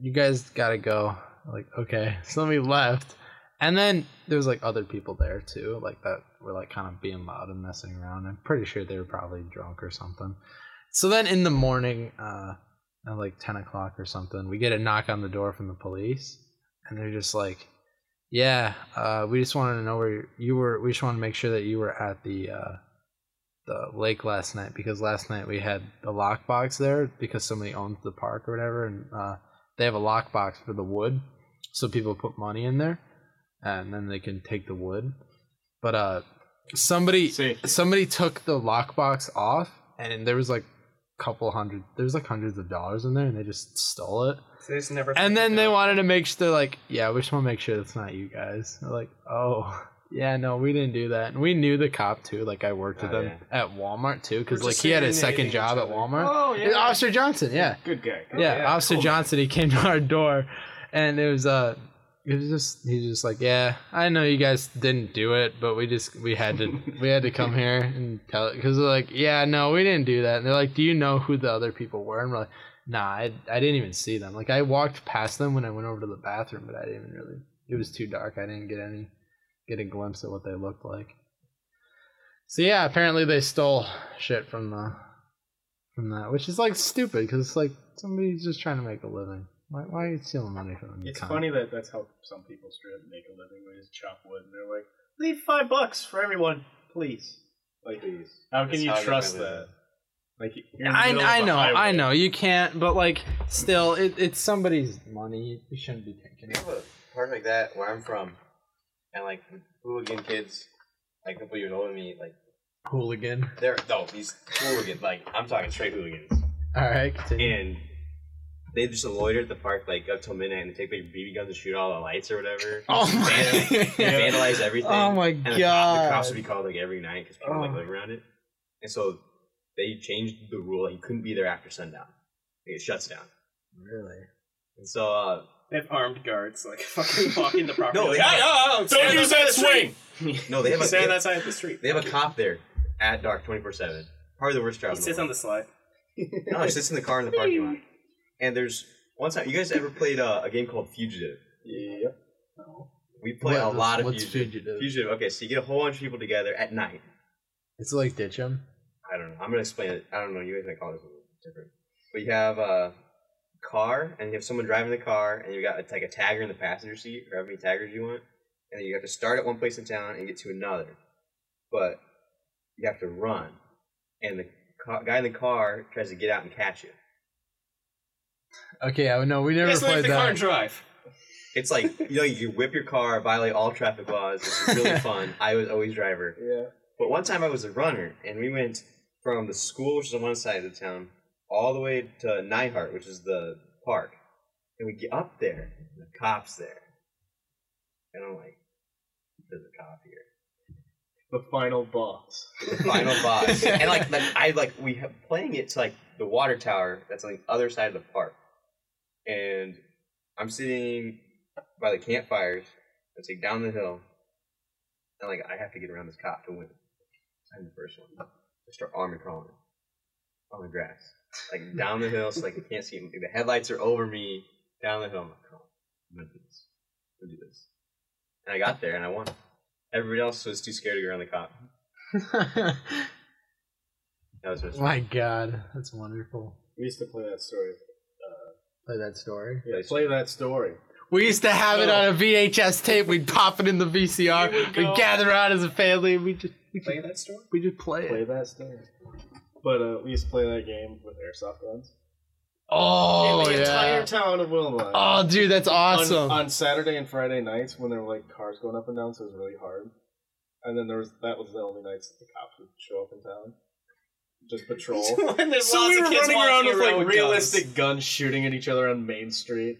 you guys gotta go." I'm like, okay, so we left, and then there was like other people there too, like that were like kind of being loud and messing around. I'm pretty sure they were probably drunk or something. So then in the morning, uh, at like ten o'clock or something, we get a knock on the door from the police, and they're just like. Yeah, uh, we just wanted to know where you were. We just wanted to make sure that you were at the uh, the lake last night because last night we had a lockbox there because somebody owns the park or whatever, and uh, they have a lockbox for the wood, so people put money in there, and then they can take the wood. But uh, somebody
See.
somebody took the lockbox off, and there was like a couple hundred, there was like hundreds of dollars in there, and they just stole it.
So it's never.
And then they wanted to make sure they're like, yeah, we just want to make sure that's not you guys. They're like, oh, yeah, no, we didn't do that. And we knew the cop too. Like I worked with
Oh,
him at Walmart too, because
We're
like
just
he had his
sitting
second
there
job at
eating each
Walmart.
Oh
It was
yeah.
Officer Johnson, yeah,
Good guy.
Oh,
yeah,
yeah,
Officer
cool.
Johnson. He came to our door, and it was uh, it was just he was just like, yeah, I know you guys didn't do it, but we just we had to we had to come here and tell it because they're like, yeah, no, we didn't do that. And they're like, do you know who the other people were? And we're like, nah, I I didn't even see them. Like I walked past them when I went over to the bathroom, but I didn't even really. It was too dark. I didn't get any get a glimpse at what they looked like. So yeah, apparently they stole shit from the from that, which is like stupid because it's like somebody's just trying to make a living. Why, why are you stealing money from them? you
It's
cunt?
funny that that's how some people straight up make a living. They just chop wood and they're like, leave five bucks for everyone, please. Like,
Please.
how can
That's
you
how I make
trust
my
that?
living.
Like, you're in the
I,
middle of
I
a
know, I
highway.
know. You can't, but like, still, it, it's somebody's money. You shouldn't be taking
We
it.
have a park like that where I'm from, and like hooligan kids, like a couple years older than me, like
Hooligan.
they're no these hooligans. Like I'm talking straight hooligans,
All right, continue.
and they just loiter at the park like up till midnight and take like BB guns and shoot all the lights or whatever.
Oh
Vandal-
my.
vandalize everything.
Oh my
and the cop-
god.
the cops would be called like every night because people like
Oh.
live around it, and so they changed the rule. Like, you couldn't be there after sundown. Like, it shuts down.
Really?
And so uh,
They have armed guards like fucking walking the property.
No,
like,
they-
"Hey, oh, oh, stand on side of the street.
no, they have a
Stand on that side of the street.
They have a cop there at dark, twenty four seven. Probably the worst job.
He
in
sits
the
on the slide.
world. No, he sits in the car in the parking lot. And there's one time. You guys ever played uh, a game called Fugitive?
Yep.
We play a
What-
lot of
what's
Fugitive.
fugitive?
Fugitive. Okay, so you get a whole bunch of people together at night.
It's like ditch him.
I don't know. I'm gonna explain it. I don't know. You guys might call this a little different. But you have a car, and you have someone driving the car, and you got it's like a tagger in the passenger seat, or however many taggers you want, and then you have to start at one place in town and get to another. But you have to run, and the ca- guy in the car tries to get out and catch you.
Okay, I no, we never
Let's leave
played
the car and
that.
drive.
It's like you know you whip your car, violate all traffic laws. It's really fun. I was always driver.
Yeah.
But one time I was a runner, and we went from the school, which is on one side of the town, all the way to Nyhart, which is the park. And we get up there, and the cop's there. And I'm like, there's a cop here.
The final boss.
The final boss. and like, like I like we have, playing it to like the water tower that's on the other side of the park. And I'm sitting by the campfires. It's like down the hill. And like I have to get around this cop to win. I'm the first one. I start army crawling on the grass, like down the hill, so like I can't see. him. The headlights are over me down the hill. I'm like, oh, I'm gonna do this. I'm gonna do this. And I got there and I won. Everybody else was too scared to get around the cop. That was my
my god, that's wonderful.
We used to play that story.
Play that story.
Yeah,
Play
play that story.
We used to have it on a VHS tape. We'd pop it in the VCR. We'd gather around as a family. and We just we
Play
just,
that story.
we just play
Play
it.
that story. But uh, we used to play that game with airsoft guns.
Oh
the entire
yeah.
town of Wilmot.
Oh dude, that's awesome.
On, on Saturday and Friday nights when there were like cars going up and down, so it was really hard. And then there was that was the only nights that the cops would show up in town, just patrol.
When there's
So
lots
we
of
were
kids
running
walking
around with like
guns.
realistic
guns shooting at each other on Main Street.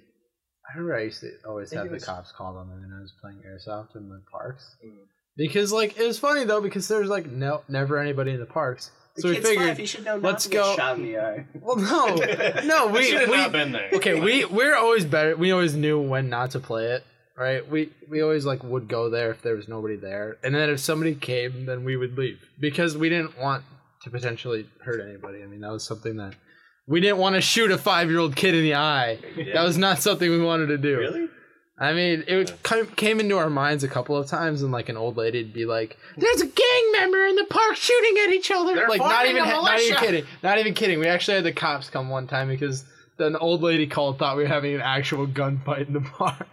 I remember I used to always
I think
have
it
the
was-
cops called on me when I was playing airsoft in the parks.
Mm.
Because like it was funny though because there was like no never anybody in the parks.
The
So we
kid's
figured,
five, he should know not
let's
to get
go-
Shot in the eye.
well, no, no, we
Should have
we
not been there.
okay, we we're always better. We always knew when not to play it, right? We we always like would go there if there was nobody there, and then if somebody came, then we would leave because we didn't want to potentially hurt anybody. I mean, that was something that we didn't want to shoot a five year old kid in the eye. That was not something we wanted to do.
Really?
I mean, it kind of came into our minds a couple of times, and like an old lady'd be like, "There's a gang member in the park shooting at each other." like, not even, not even kidding, not even kidding. We actually had the cops come one time because an old lady called, thought we were having an actual gunfight in the park.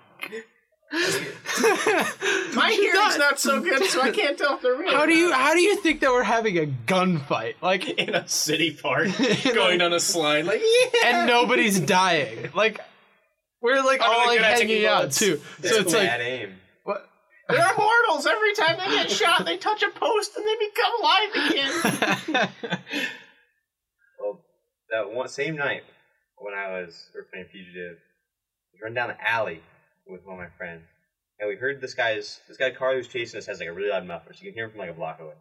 My
She
hearing's
thought-
not so good, so I can't tell if they're real.
How do you how do you think that we're having a gunfight? Like,
in a city park,
In
going
a-
down a slide like
and nobody's dying. Like, we're like
I'm
all
really
like
good at taking
hanging out
bullets.
too. So it's like,
bad aim.
what?
They're immortals. Every time they get shot, they touch a post and they become alive again.
Oh Well, that one same night when I was we were playing fugitive, we run down the alley with one of my friends, and we heard this guy's this guy Carly was chasing us has like a really loud muffler, so you can hear him from like a block away.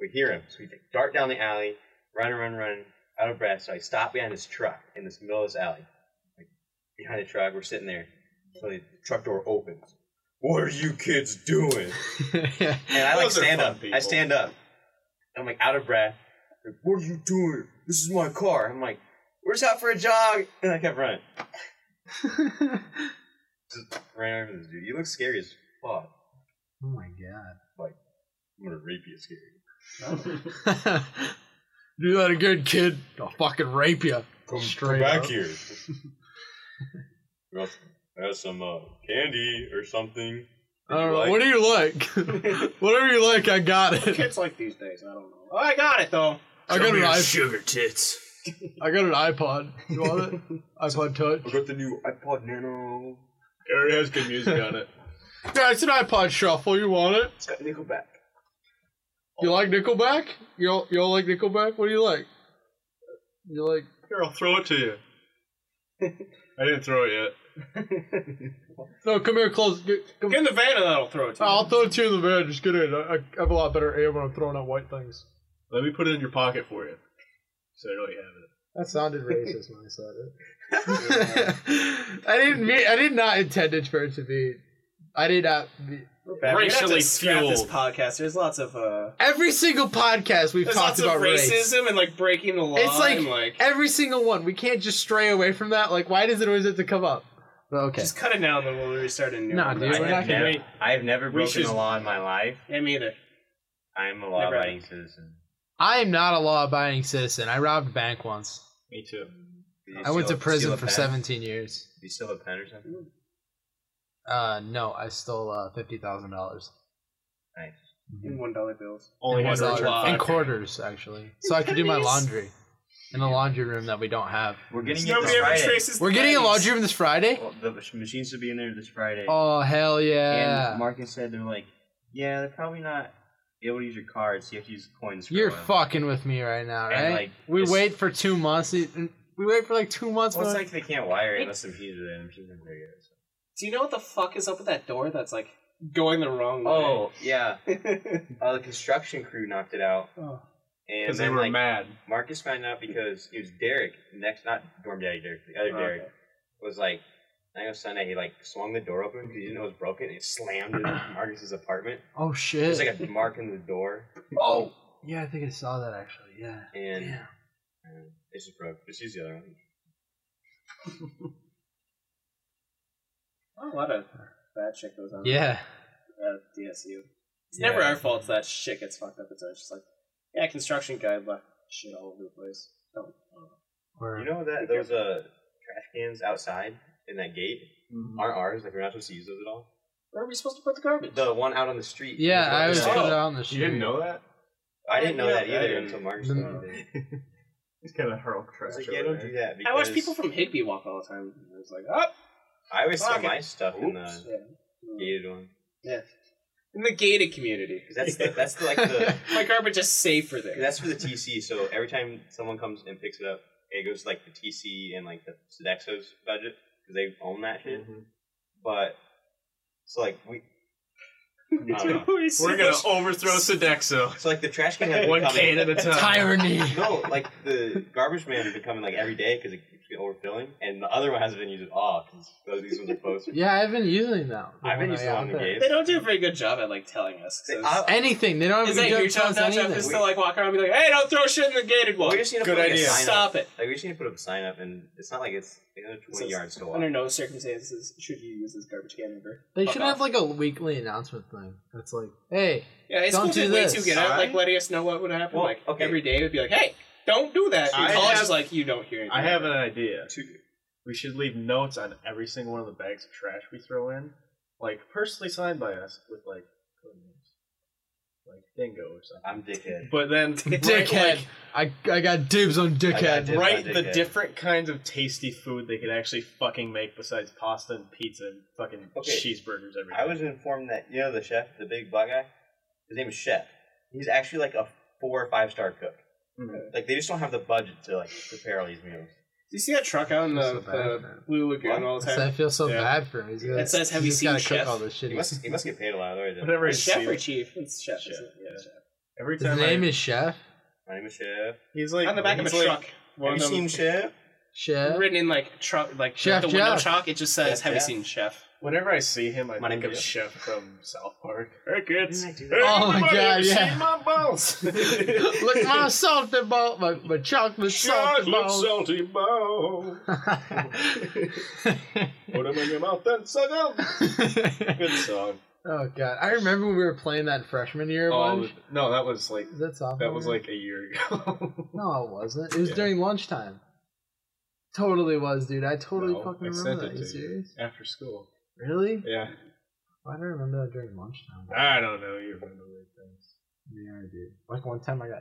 We hear him, so we dart down the alley, run, run, run, out of breath. So I stop behind this truck in this middle of this alley, like behind the truck. We're sitting there, so the truck door opens. What are you kids doing? And I like
Those are
stand
fun
up. I
people.
stand up. I'm like out of breath. Like, what are you doing? This is my car. I'm like, we're just out for a jog. And I kept running. Just ran over this dude. He looks scary as fuck.
oh my god.
I'm gonna rape you scary.
Do that again, kid. I'll fucking rape you.
Come,
Straight up.
here. Well, I have some uh, candy or something.
I don't
you
know.
like?
What do you like? Whatever you like, I got it.
kids like these days. I don't know.
Oh, I got it though.
I got an iPod.
sugar tits.
I got an iPod. You want it? iPod
I
Touch.
got the new iPod Nano.
It already has good music on it.
Yeah, it's an iPod Shuffle. You want it?
It's got Nickelback.
You like Nickelback? You all, you all like Nickelback? What do you like? You like?
Here, I'll throw it to you. I didn't throw it yet.
No, come here, close. Get, come,
Get in the van and that'll throw it to you.
I'll throw it to you in the van. Just get in. I, I have a lot better aim when I'm throwing out white things.
Let me put it in your pocket for you. So I know you have it.
That sounded racist when I said it. I didn't mean. I did not intend it for it to be. I did not. Be,
We're gonna Oh, have to
Racially
scrap This
fueled.
podcast. There's lots of uh,
every single podcast we've
there's
talked
lots of
about race.
racism and like breaking the law.
It's like,
and, like
every single one. We can't just stray away from that. Like, why does it always have to come up? But okay.
just cut it now and then we'll restart a new.
Nah,
one.
dude,
I
That's
we're
it.
not
have,
gonna-
never,
Wait,
I have never
We
broken
should-
the law in my life.
Yeah, me either.
I am a law-abiding citizen.
I am not a law-abiding citizen. I robbed a bank once.
Me too.
Did you
I went to
steal- steal
prison
a
for
pen?
17 years.
Did you steal a pen or something?
Uh, no, I stole uh, fifty thousand dollars
Nice.
In one dollar bills.
Only had
was
to
a
return
lot.
in
five.
quarters, actually, so I could do my laundry in the laundry room that we don't have.
We're getting it this
Nobody ever
Friday.
traces.
We're
the
getting a
pennies.
laundry room this Friday.
Well, the mach- machines should be in there this Friday.
Oh hell yeah!
And Marcus said they're like, yeah, they're probably not able to use your cards. So you have to use coins. For a
You're
while.
fucking with me right now,
And,
right?
like,
we
it's-
wait for two months. e- We wait for like two months.
Well, it's
for-
like they can't wire it unless the machines are there. and The machines aren't there yet. so.
Do you know what the fuck is up with that door? That's like going the wrong way.
Oh yeah, uh, the construction crew knocked it out,
Oh.
and
Because they
then
were
like
mad.
Marcus found out because it was Derek next, not dorm daddy Derek, the other
Oh,
Derek
okay.
was like. I know Sunday he like swung the door open because he didn't know it was broken. and It slammed into Marcus's apartment.
oh shit!
There's like a mark in the door,
oh yeah, I think I saw that actually. Yeah.
and
Yeah.
uh, it's just broke. Just use the other one.
Oh, a lot of bad shit goes on.
Yeah.
At DSU. It's
Yeah.
never our fault that shit gets fucked up. It's always just like, yeah, construction guy left shit all over the place. Don't. uh,
Or-
You know that those uh trash cans outside in that gate
Mm.
aren't ours. Like we're not supposed to use those at all.
Where are we supposed to put the garbage?
The one out on the street.
yeah, I
was.
always put
I
it out on the street.
You didn't know that?
didn't know
Yeah,
that
I
either
didn't.
until Marcus
Mm.
told me.
He's kind of hurl
I
trash.
was like,
over
yeah, don't
there.
do that.
I
Because
watch people from Higby walk all the time. I was like, oh,
I always throw
Fuck it.
my stuff in
oops.
the
Yeah.
gated one.
In the gated community.
'Cause that's the, that's the, like the
My garbage is safer there.
'cause that's for the TC. So every time someone comes and picks it up, it goes to, like the TC and like the Sodexo's budget because they own that shit.
Mm.
But so like we. I don't know.
Mm-hmm. We're going to overthrow Sodexo.
So like the trash can has been
One
coming-
can at a time.
Irony.
No, like the garbage man is becoming like every day because it keeps overfilling, and the other one hasn't been used at all because these ones are closer.
Yeah, I've been using that. the
I've been
one
using
I
them in
got there.
games.
They don't do a very good job at like telling us. 'cause
They- I-
Anything. They don't
Is
have
that your job? Not job? Is to like walk around and be like, "Hey, don't throw shit in the gated
Well,
wall."
we just need to
Good
put like,
idea.
a sign up.
Stop it.
Like we just need to put up a sign up, and it's not like it's another twenty
Says-
yards to walk.
Under no circumstances should you use this garbage can ever.
They
Fuck
should
off.
have like a weekly announcement thing. That's like, hey,
Yeah, it's
Don't
cool
do
to way
this.
too good at like
I-
letting us know what would happen.
Well,
like
okay.
every day it would be like, "Hey, don't do that."
I
College
have-
is like, "You don't hear anything."
I have an idea.
To do.
We should leave notes on every single one of the bags of trash we throw in, like personally signed by us with like code names, like Dingo or something.
I'm dickhead.
But then
dickhead. I, I got dibs on dickhead.
dibs.
Write
Dickhead.
the different kinds of tasty food they could actually fucking make besides pasta and pizza and fucking
Okay.
cheeseburgers every day.
I was informed that you know the chef, the big black guy, his name is Chef. He's actually like a four or five star cook.
Mhm.
Like they just don't have the budget to like prepare all these meals.
Do you see that truck out in
That's
the,
so bad,
the
man.
Blue Lagoon all the
So I
time?
feel so
Yeah.
bad for him. He's got,
It says, "Have
he's
you
just
seen
gotta
Chef?"
cook all this shit.
He
His
must he must get paid a lot. Otherwise,
whenever I see
Chef or
it,
chief? It's chef.
Chef,
isn't it?
yeah.
Chef.
every time I,
name is Chef.
my name is Chef.
he's like
On the back of a
he's like-
truck. One
Have
of
you
them
seen Chef?
Chef.
written in like truck, like
Chef
the window
Jeff.
chalk. It just says,
Chef
"Have you
Jeff.
seen Chef?"
Whenever I see him, I
My
think
name
of
is-
Chef from South Park. Hey kids!
Didn't I do
Hey,
that?
Oh my
everybody,
God,
you
yeah.
seen my balls?
Look at my salted ball, my, my chocolate
Shots
salted
with
ball.
salty balls. Put 'em in your mouth and suck 'em. Good song.
oh god, I remember when we were playing that freshman year.
Oh,
lunch.
no, that was like
Is that sophomore?
that was like a year ago.
No, it wasn't. It was
Yeah.
during lunchtime. Totally was, dude. I totally
No,
fucking
I
remember
sent
that.
it
you
to you.
serious?
After school.
Really?
Yeah.
Why do I remember that during lunchtime?
I don't know. You remember weird things.
Yeah, I do. Like one time I got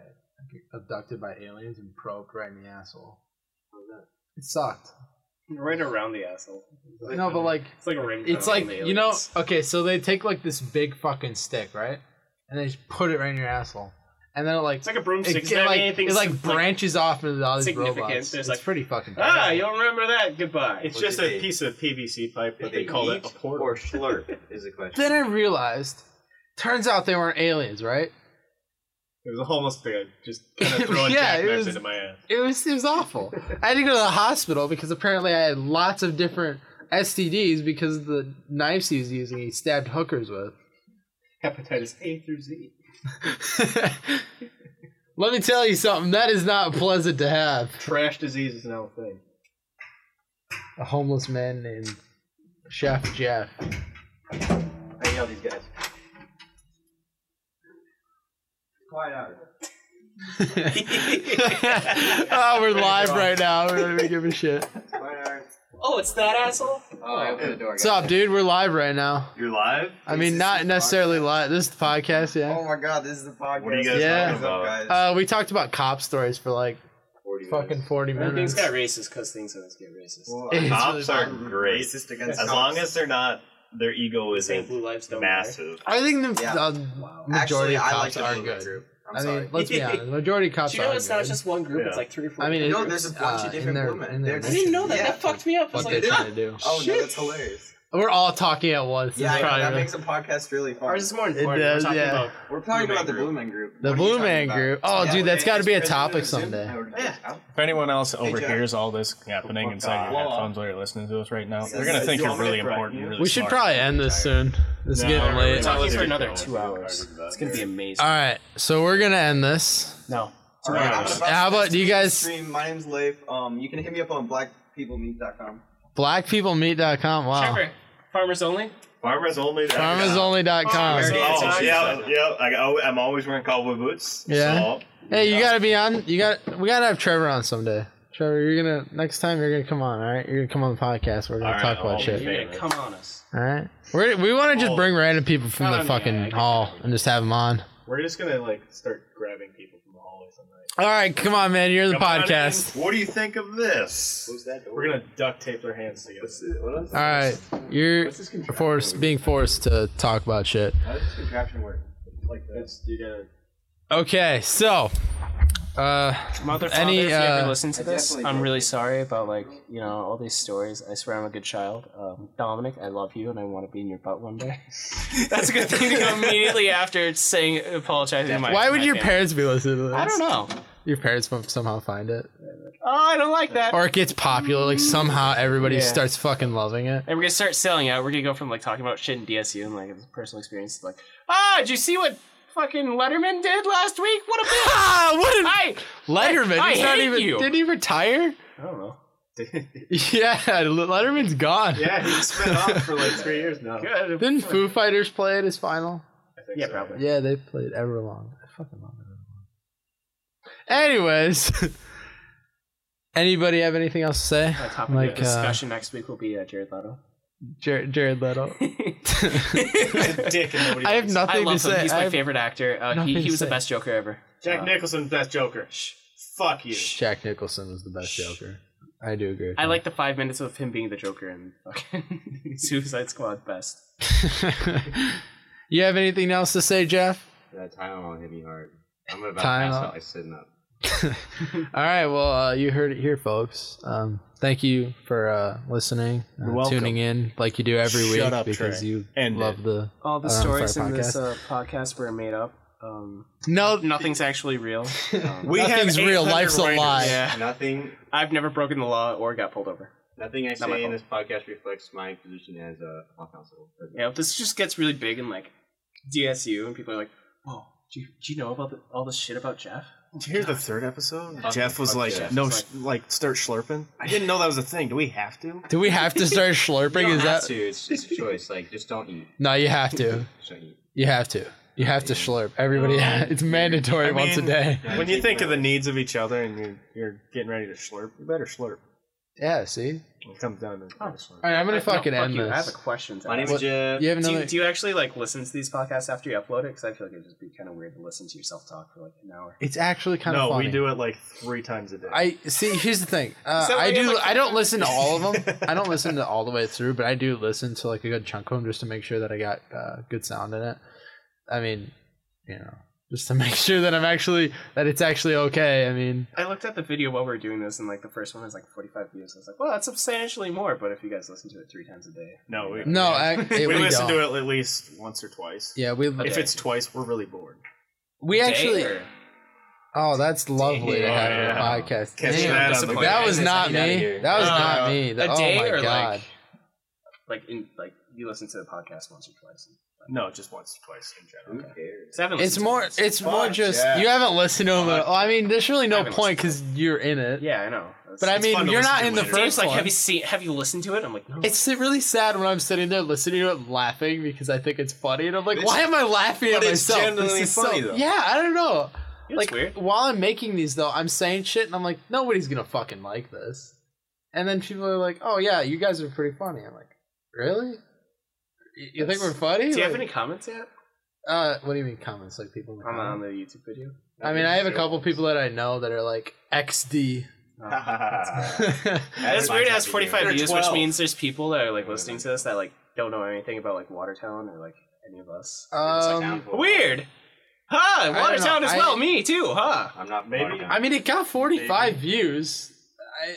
abducted by aliens and probed right in the asshole. It sucked.
Right around the asshole.
No, but like
It's like a ring.
it's like you know okay so they take like this big fucking stick right and they just put it right in your asshole and then it like
it's like a broomstick.
it,
It's
get,
not
like,
anything
it like
s-
branches off into all these
significant.
robots
There's,
it's
like-
pretty fucking
ah,
bad.
you don't remember that? Goodbye.
It's
What
just
did
a
they-
piece of PVC pipe,
Did
but they call it
eat
a portal.
or slurp is the question.
then i realized turns out they weren't aliens right
It was a homeless guy just kind of throwing
Yeah, it
jackknives
was-
into my ass.
it was it was awful i had to go to the hospital because apparently i had lots of different stds because the knives he was using he stabbed hookers with
Hepatitis A through Z.
let me tell you something that is not pleasant to have
Trash disease is now a thing.
a homeless man named chef jeff
I yell these guys. Quiet out.
oh, we're live right now. We don't even give a shit.
Quiet out.
oh, it's that asshole.
Oh, I opened the door.
What's up, dude? We're live right now.
You're live.
I mean, not necessarily live. This is the podcast,
Oh
yeah.
my god, this is the podcast.
What are you guys
Yeah.
talking about?
What's up, guys?
Uh, we talked about cop stories for like fucking 40
Everything's
minutes.
got racist because things always get racist.
Well,
It's
I'm
really
Cops are
not
great
Racist against
as
cops.
long as they're not their ego
Saying
isn't
blue lives don't matter.
massive.
I think the
Yeah.
the
Wow.
majority
Actually,
of
I like
cops
the
are
Blue Light
good.
Group. I'm
I
sorry.
mean, let's be honest. The majority of cops
Do you know
are
it's not
good.
just one group? It's
Yeah.
like three or four.
I mean,
people.
no, there's a bunch
uh,
of different
in their- in
women.
their
They're-
I didn't know that.
yeah.
That fucked me up. I was
What
like, "Ah,
they're
did.
trying to do.
Oh
Shit.
no, that's hilarious.
We're all talking at once.
Yeah,
Yeah,
I know, that
probably
makes a podcast really fun.
ours is more important.
does,
We're talking
yeah.
about
We're
Blue
talking
Man
about the
Group.
Blue Man Group.
the
What are you
Blue
talking
Man
about?
Group. Oh,
Yeah,
dude, that's
okay,
got to be a
it's
topic
president of Zoom.
someday.
Yeah.
If anyone else
overhears
all this
Oh,
happening inside
your headphones
while you're listening to us right now,
they're gonna think you're really
important.
We should probably end this soon. It's getting
We're
late.
talking for another two hours. It's gonna be
All
amazing.
right, so we're gonna end this.
No.
All right, I'm
Yeah.
about
How
to
about- do you guys-
Stream. My name's Leif. Um, you can hit me up on blackpeoplemeet.com.
Blackpeoplemeet.com. Wow.
Trevor, farmers only.
Farmers only.
Farmersonly.com.
Farmers only.
Oh, yeah, yeah. I, al- I'm always wearing cowboy boots.
Yeah.
So,
Hey, you gotta be on. You got. We gotta have Trevor on someday. Trevor, you're gonna next time you're gonna come on. All right, you're gonna come on the podcast. We're gonna
All right,
talk about
I'll
shit.
be
You're gonna come on us.
All right. We're, we want to just
Oh.
bring random people from
Not
the
on the
fucking
ad.
hall and just have them on.
We're just gonna like start grabbing people from the hallways and like
All right, come on, man. You're the
Come on in.
podcast.
What do you think of this?
Close that door.
we're gonna duct tape their hands together.
What's it- what else?
All right, you're
What's this contraption
forced
over
being forced to talk about shit.
How does this contraption work?
Like this, you gotta
Okay, so. Uh,
Motherfucker,
Any,
if you ever
uh,
listen to
I
this,
definitely
I'm
did.
really sorry about like you know all these stories. I swear I'm a good child. Um, Dominic, I love you and I want to be in your butt one day. That's a good thing to go immediately after saying apologizing. to my-
why would
my
your
family.
parents be listening to this?
I don't know.
Your parents won't somehow find it.
oh, I don't like that.
Or it gets popular. Like somehow everybody
Yeah.
starts fucking loving it.
And we're gonna start selling out. We're gonna go from like talking about shit in DSU and like it's personal experience to, like, ah, did you see what fucking Letterman did last week? What a bitch!
Ah, what a
I
Letterman.
I
he's not
hate
even.
you.
Didn't he retire?
I don't know.
Yeah, Letterman's gone.
Yeah, he spent off for like three years now.
good.
Didn't Foo Fighters play at his final?
I think
Yeah,
so.
probably.
Yeah, they played Everlong. I fucking love Everlong. Anyways, anybody have anything else to say?
Our topic
Like,
of
uh,
discussion next week will be uh, Jared Leto.
Jar- Jared Leto.
He's a dick and nobody
I have
likes him.
nothing
I
to
love
say.
him. He's
I
my
have-
favorite actor. Uh,
nothing
he,
to
he was the
say.
best Joker ever.
Jack
Uh,
Nicholson, best Joker. Shh. Fuck you.
Jack Nicholson was the best Joker. I do agree. with
I
that.
like the five minutes of him being the Joker in fucking Suicide Squad best.
you have anything else to say, Jeff?
That Tylenol hit me hard. I'm
Tylenol.
about to pass out like sitting up.
All right. Well, uh, you heard it here, folks. Um, thank you for uh, listening,
You're
uh,
welcome.
tuning in like you do every
Shut
week
up,
because
Trey.
you
End
love
it.
the.
All the
Um,
stories
sorry,
in this
podcast.
uh, podcast were made up. Um,
No,
nothing's actually real. Um,
We
nothing's
have
real.
800
Life's a
writers.
lie.
yeah,
Nothing,
I've never broken the law or got pulled over.
nothing I
Not my
say in
fault.
this podcast reflects my position as a law counsel.
You know, if this just gets really big in like DSU, and people are like, "Whoa, do you, do you know about the, all this shit about Jeff?"
Did you hear the third episode?
Fuck-
Jeff was
fuck
like,
Jeff.
"No,
It's
sh- like start slurping." I didn't know that was a thing. Do we have to?
Do we have to start slurping?
You
Is
don't have
that
to. It's, it's a choice. Like, just don't eat.
no? You have to.
Just don't eat.
You have to. You have to slurp. Everybody, it's mandatory
I
once a
mean-
day.
When you think of the needs of each other and you're, you're getting ready to slurp, you better slurp.
Yeah. See.
It comes down to slurp.
All right. I'm gonna
I- no,
fucking
fuck
end
you. I have a
this.
question. To
My name
ask.
is Jeff.
You have
do, you,
another.
do you actually like listen to these podcasts after you upload it? Because I feel like it'd just be kind of weird to listen to yourself talk for like an hour.
It's actually kind of
No,
funny.
we do it like three times a day.
I see. Here's the thing. Uh,
that
I
why you
do.
like-
I don't listen to all of them. I don't listen to all the way through, but I do listen to like a good chunk of them just to make sure that I got uh, good sound in it. I mean, you know, just to make sure that I'm actually that it's actually okay. I mean,
I looked at the video while we were doing this, and like the first one has like 45 views. I was like, well, that's substantially more. But if you guys listen to it three times a day,
no, we,
no, I, it-
we,
we,
listen
don't.
to it at least once or twice.
Yeah, we
If it's twice, we're really bored.
we actually.
Day or-
Oh, that's lovely to have
Damn.
a podcast.
Catch
Damn.
that on the
disappointing.
That was
Get
not
outta
me.
here.
That was
Uh,
not me.
a
That-
day
oh my
or,
god.
like- like in like you listen to the podcast once or twice.
No, just once or twice in general.
Who cares?
'Cause I haven't
It's
listened to
more.
this.
It's more
Fuck,
just
yeah.
you haven't listened to them. at-
Fuck.
well, I mean, there's really
I
no
haven't
point because you're in it.
yeah, I know.
But I mean,
fun to
you're
listen
not
to
in the
later.
first
Dave's like,
one.
have you seen? Have you listened to it? I'm like, no.
it's really sad when I'm sitting there listening to it, laughing because I think it's funny, and I'm like,
But
why
it's-
am I laughing at
but it's
myself? This
genuinely
is
funny,
so,
though.
Yeah, I don't know.
It's
like
weird.
while I'm making these though, I'm saying shit, and I'm like, nobody's gonna fucking like this. And then people are like, oh yeah, you guys are pretty funny. I'm like, really? You, you think we're funny?
Do you have
Like,
any comments yet
uh, what do you mean comments? Like people? in the
on,
comments?
on the YouTube video?
I mean, I have a couple people that I know that are like XD.
That's weird. It has 45
They're
views,
12.
which means there's people that are like listening to this that like don't know anything about like Watertown or like any of us.
um,
Weird. Huh?
don't
Watertown
know,
as
I-
well. Me too. Huh?
I'm not
Maybe-
Florida.
I mean, it got 45 views.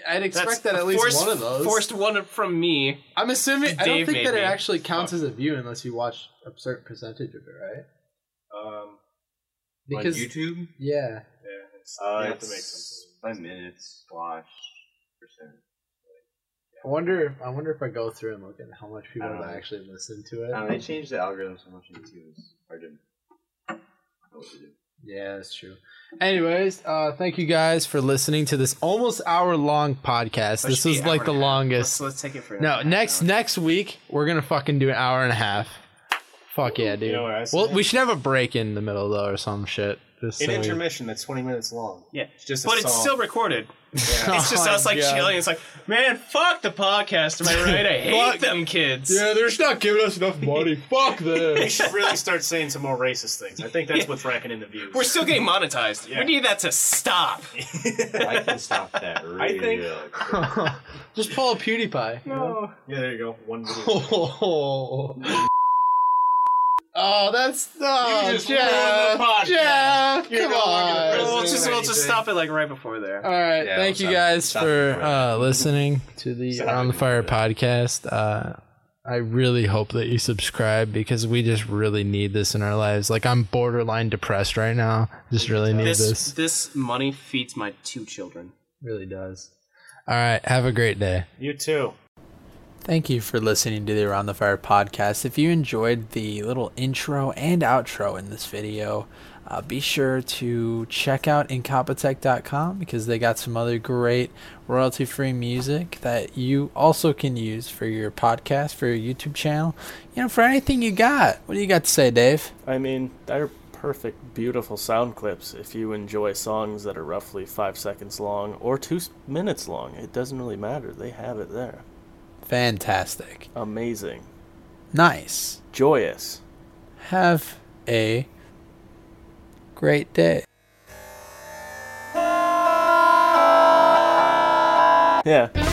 I, I'd expect that at least
forced-
one of those.
Forced one from me.
I'm assuming. I don't
Dave
think
made
that it
me.
actually counts as a view unless you watch a certain percentage of it, right?
Um,
Because
on YouTube,
yeah,
yeah, it's,
uh,
you have to
it's
make
five
something.
minutes slash percent.
I wonder. I wonder if I go through and look at how much people
I don't
have
know.
actually listened to
I don't know,
it.
Um, they changed the algorithm so much on YouTube. It's hard to. I don't know what to do.
Yeah, that's true. Anyways, uh, thank you guys for listening to this almost hour long podcast.
That
This
should be
was
an hour
like the
and a half.
longest.
Let's, let's take it for
No, next next week we're gonna fucking do an hour and a half. Fuck yeah, dude.
You know what I say?
well, we should have a break in the middle though, or some shit. Just
An
so we-
intermission that's 20 minutes long.
Yeah.
It's just a
But it's
song.
still recorded. It's just
Oh
us
my
like
God.
chilling. It's like, man, fuck the podcast. Am I right? I
Fuck.
hate them kids.
they're just not giving us enough money. Fuck
We
this.
should really start saying some more racist things. I think that's what's racking in the views.
We're still getting monetized.
Yeah.
We need that to stop.
I can stop that really.
think-
just pull a PewDiePie.
No. Yeah, there you go. One video.
Oh, oh that's oh,
You just
Jeff.
ruined the podcast.
Jeff,
You're
come
no longer the
on.
president.
we'll just we'll just
anything.
stop it like right before there.
All right.
Yeah,
thank you
stop-
guys
stop
for
it.
uh, listening to the
Stop
Around the
it.
Fire podcast. Uh, I really hope that you subscribe because we just really need this in our lives. Like I'm borderline depressed right now. Just really need
this
this.
this money feeds my two children.
really does. All right. Have a great day.
You too.
Thank you for listening to the Around the Fire podcast. If you enjoyed the little intro and outro in this video, uh, be sure to check out Incompetech.com because they got some other great royalty free music that you also can use for your podcast, for your YouTube channel, you know, for anything you got. What do you got to say, Dave?
I mean, they're perfect, beautiful sound clips if you enjoy songs that are roughly five seconds long or two s- minutes long. It doesn't really matter. They have it there.
Fantastic.
Amazing.
Nice.
Joyous.
Have a great day.
Yeah.